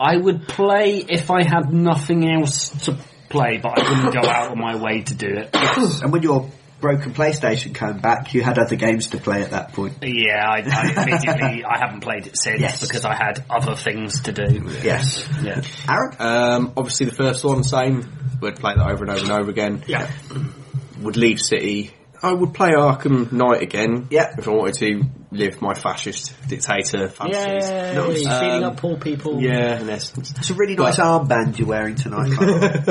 I would play if I had nothing else to play, but I wouldn't go out of my way to do it. and when your broken PlayStation came back, you had other games to play at that point. Yeah, I, I immediately I haven't played it since Yes. because I had other things to do. Yes, Yeah. Aaron. Um, obviously, the first one, same. We'd play that over and over and over again. Yeah. Would leave City. I would play Arkham Knight again. Yeah. If I wanted to live my fascist dictator fantasies. Yeah, Nice. feeding Um, up poor people. Yeah, in essence. It's a really nice armband you're wearing tonight. Colin.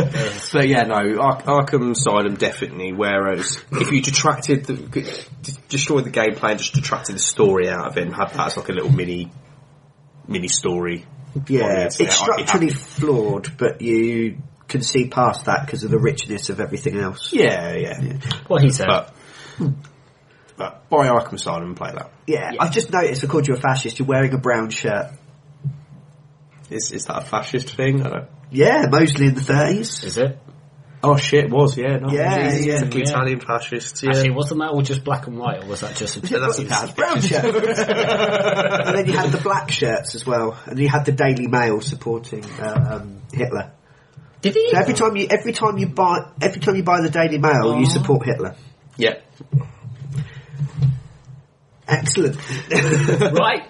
But yeah, no, Ar- Arkham Asylum definitely. Whereas if you detracted, the, d- destroyed the gameplay and just detracted the story out of it, and had that as like a little mini, mini story. Yeah, audience it's there, I'd be structurally happy. flawed, but you can see past that because of the richness of everything else. Yeah, yeah. What he said. But, but buy Arkham Asylum and play that. Yeah, I've just noticed. I called you a fascist. You're wearing a brown shirt. Is is that a fascist thing? I don't. Yeah, mostly in the thirties. is it? Oh shit, it was yeah. No, Yeah, it's, yeah, it's yeah. Italian fascists. Yeah. Actually, wasn't that all just black and white, or was that just a that's a bad brown shirt. and then you had the black shirts as well, and you had the Daily Mail supporting uh, um, Hitler. Did he? So every time you every time you buy every time you buy the Daily Mail, you support Hitler. yeah. Excellent. right.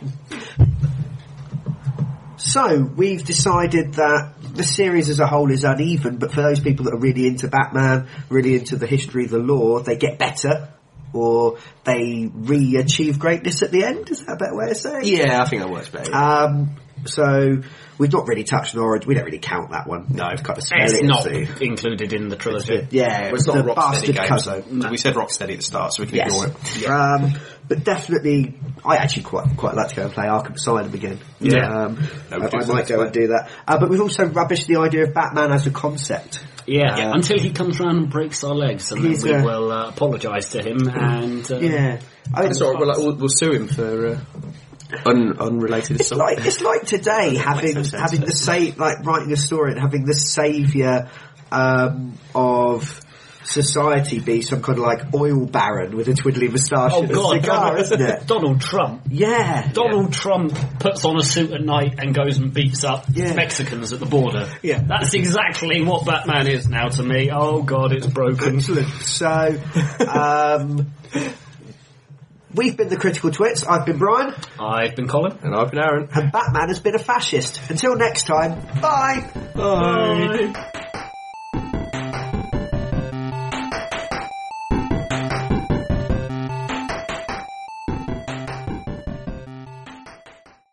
So we've decided that the series as a whole is uneven, but for those people that are really into Batman, really into the history, the lore, they get better, or they re-achieve greatness at the end. Is that a better way of saying? it? Yeah, I think that works better. Um, so we've not really touched on origin. We don't really count that one. No, I've got to smell It's it. not so- included in the trilogy. Yeah, Well, it's not the a Rocksteady bastard game, cousin. so we said Rocksteady at the start, so we can Yes. ignore it. Um, but definitely, I actually quite quite like to go and play Arkham Asylum again. Yeah. Um, That I, would do I might sense, go and do that. Uh, but we've also rubbished the idea of Batman as a concept. Yeah, Yeah. until he comes round and breaks our legs, and then He's, we uh, will uh, apologise to him. And uh, Yeah. I mean, It's all right, we'll, we'll, we'll sue him for uh, un, unrelated it's assault. like it's like today having sense, having the same like writing a story and having the savior um, of society be some kind of like oil baron with a twiddly moustache oh and a god, cigar, Donald, isn't it? Donald Trump. Yeah. Donald Trump puts on a suit at night and goes and beats up Yeah. Mexicans at the border. Yeah. that's exactly what Batman is now to me. Oh god, it's broken. Excellent. So, um, we've been the Critical Twits. I've been Brian, I've been Colin. and I've been Aaron. and Batman has been a fascist. Until next time, bye. Bye.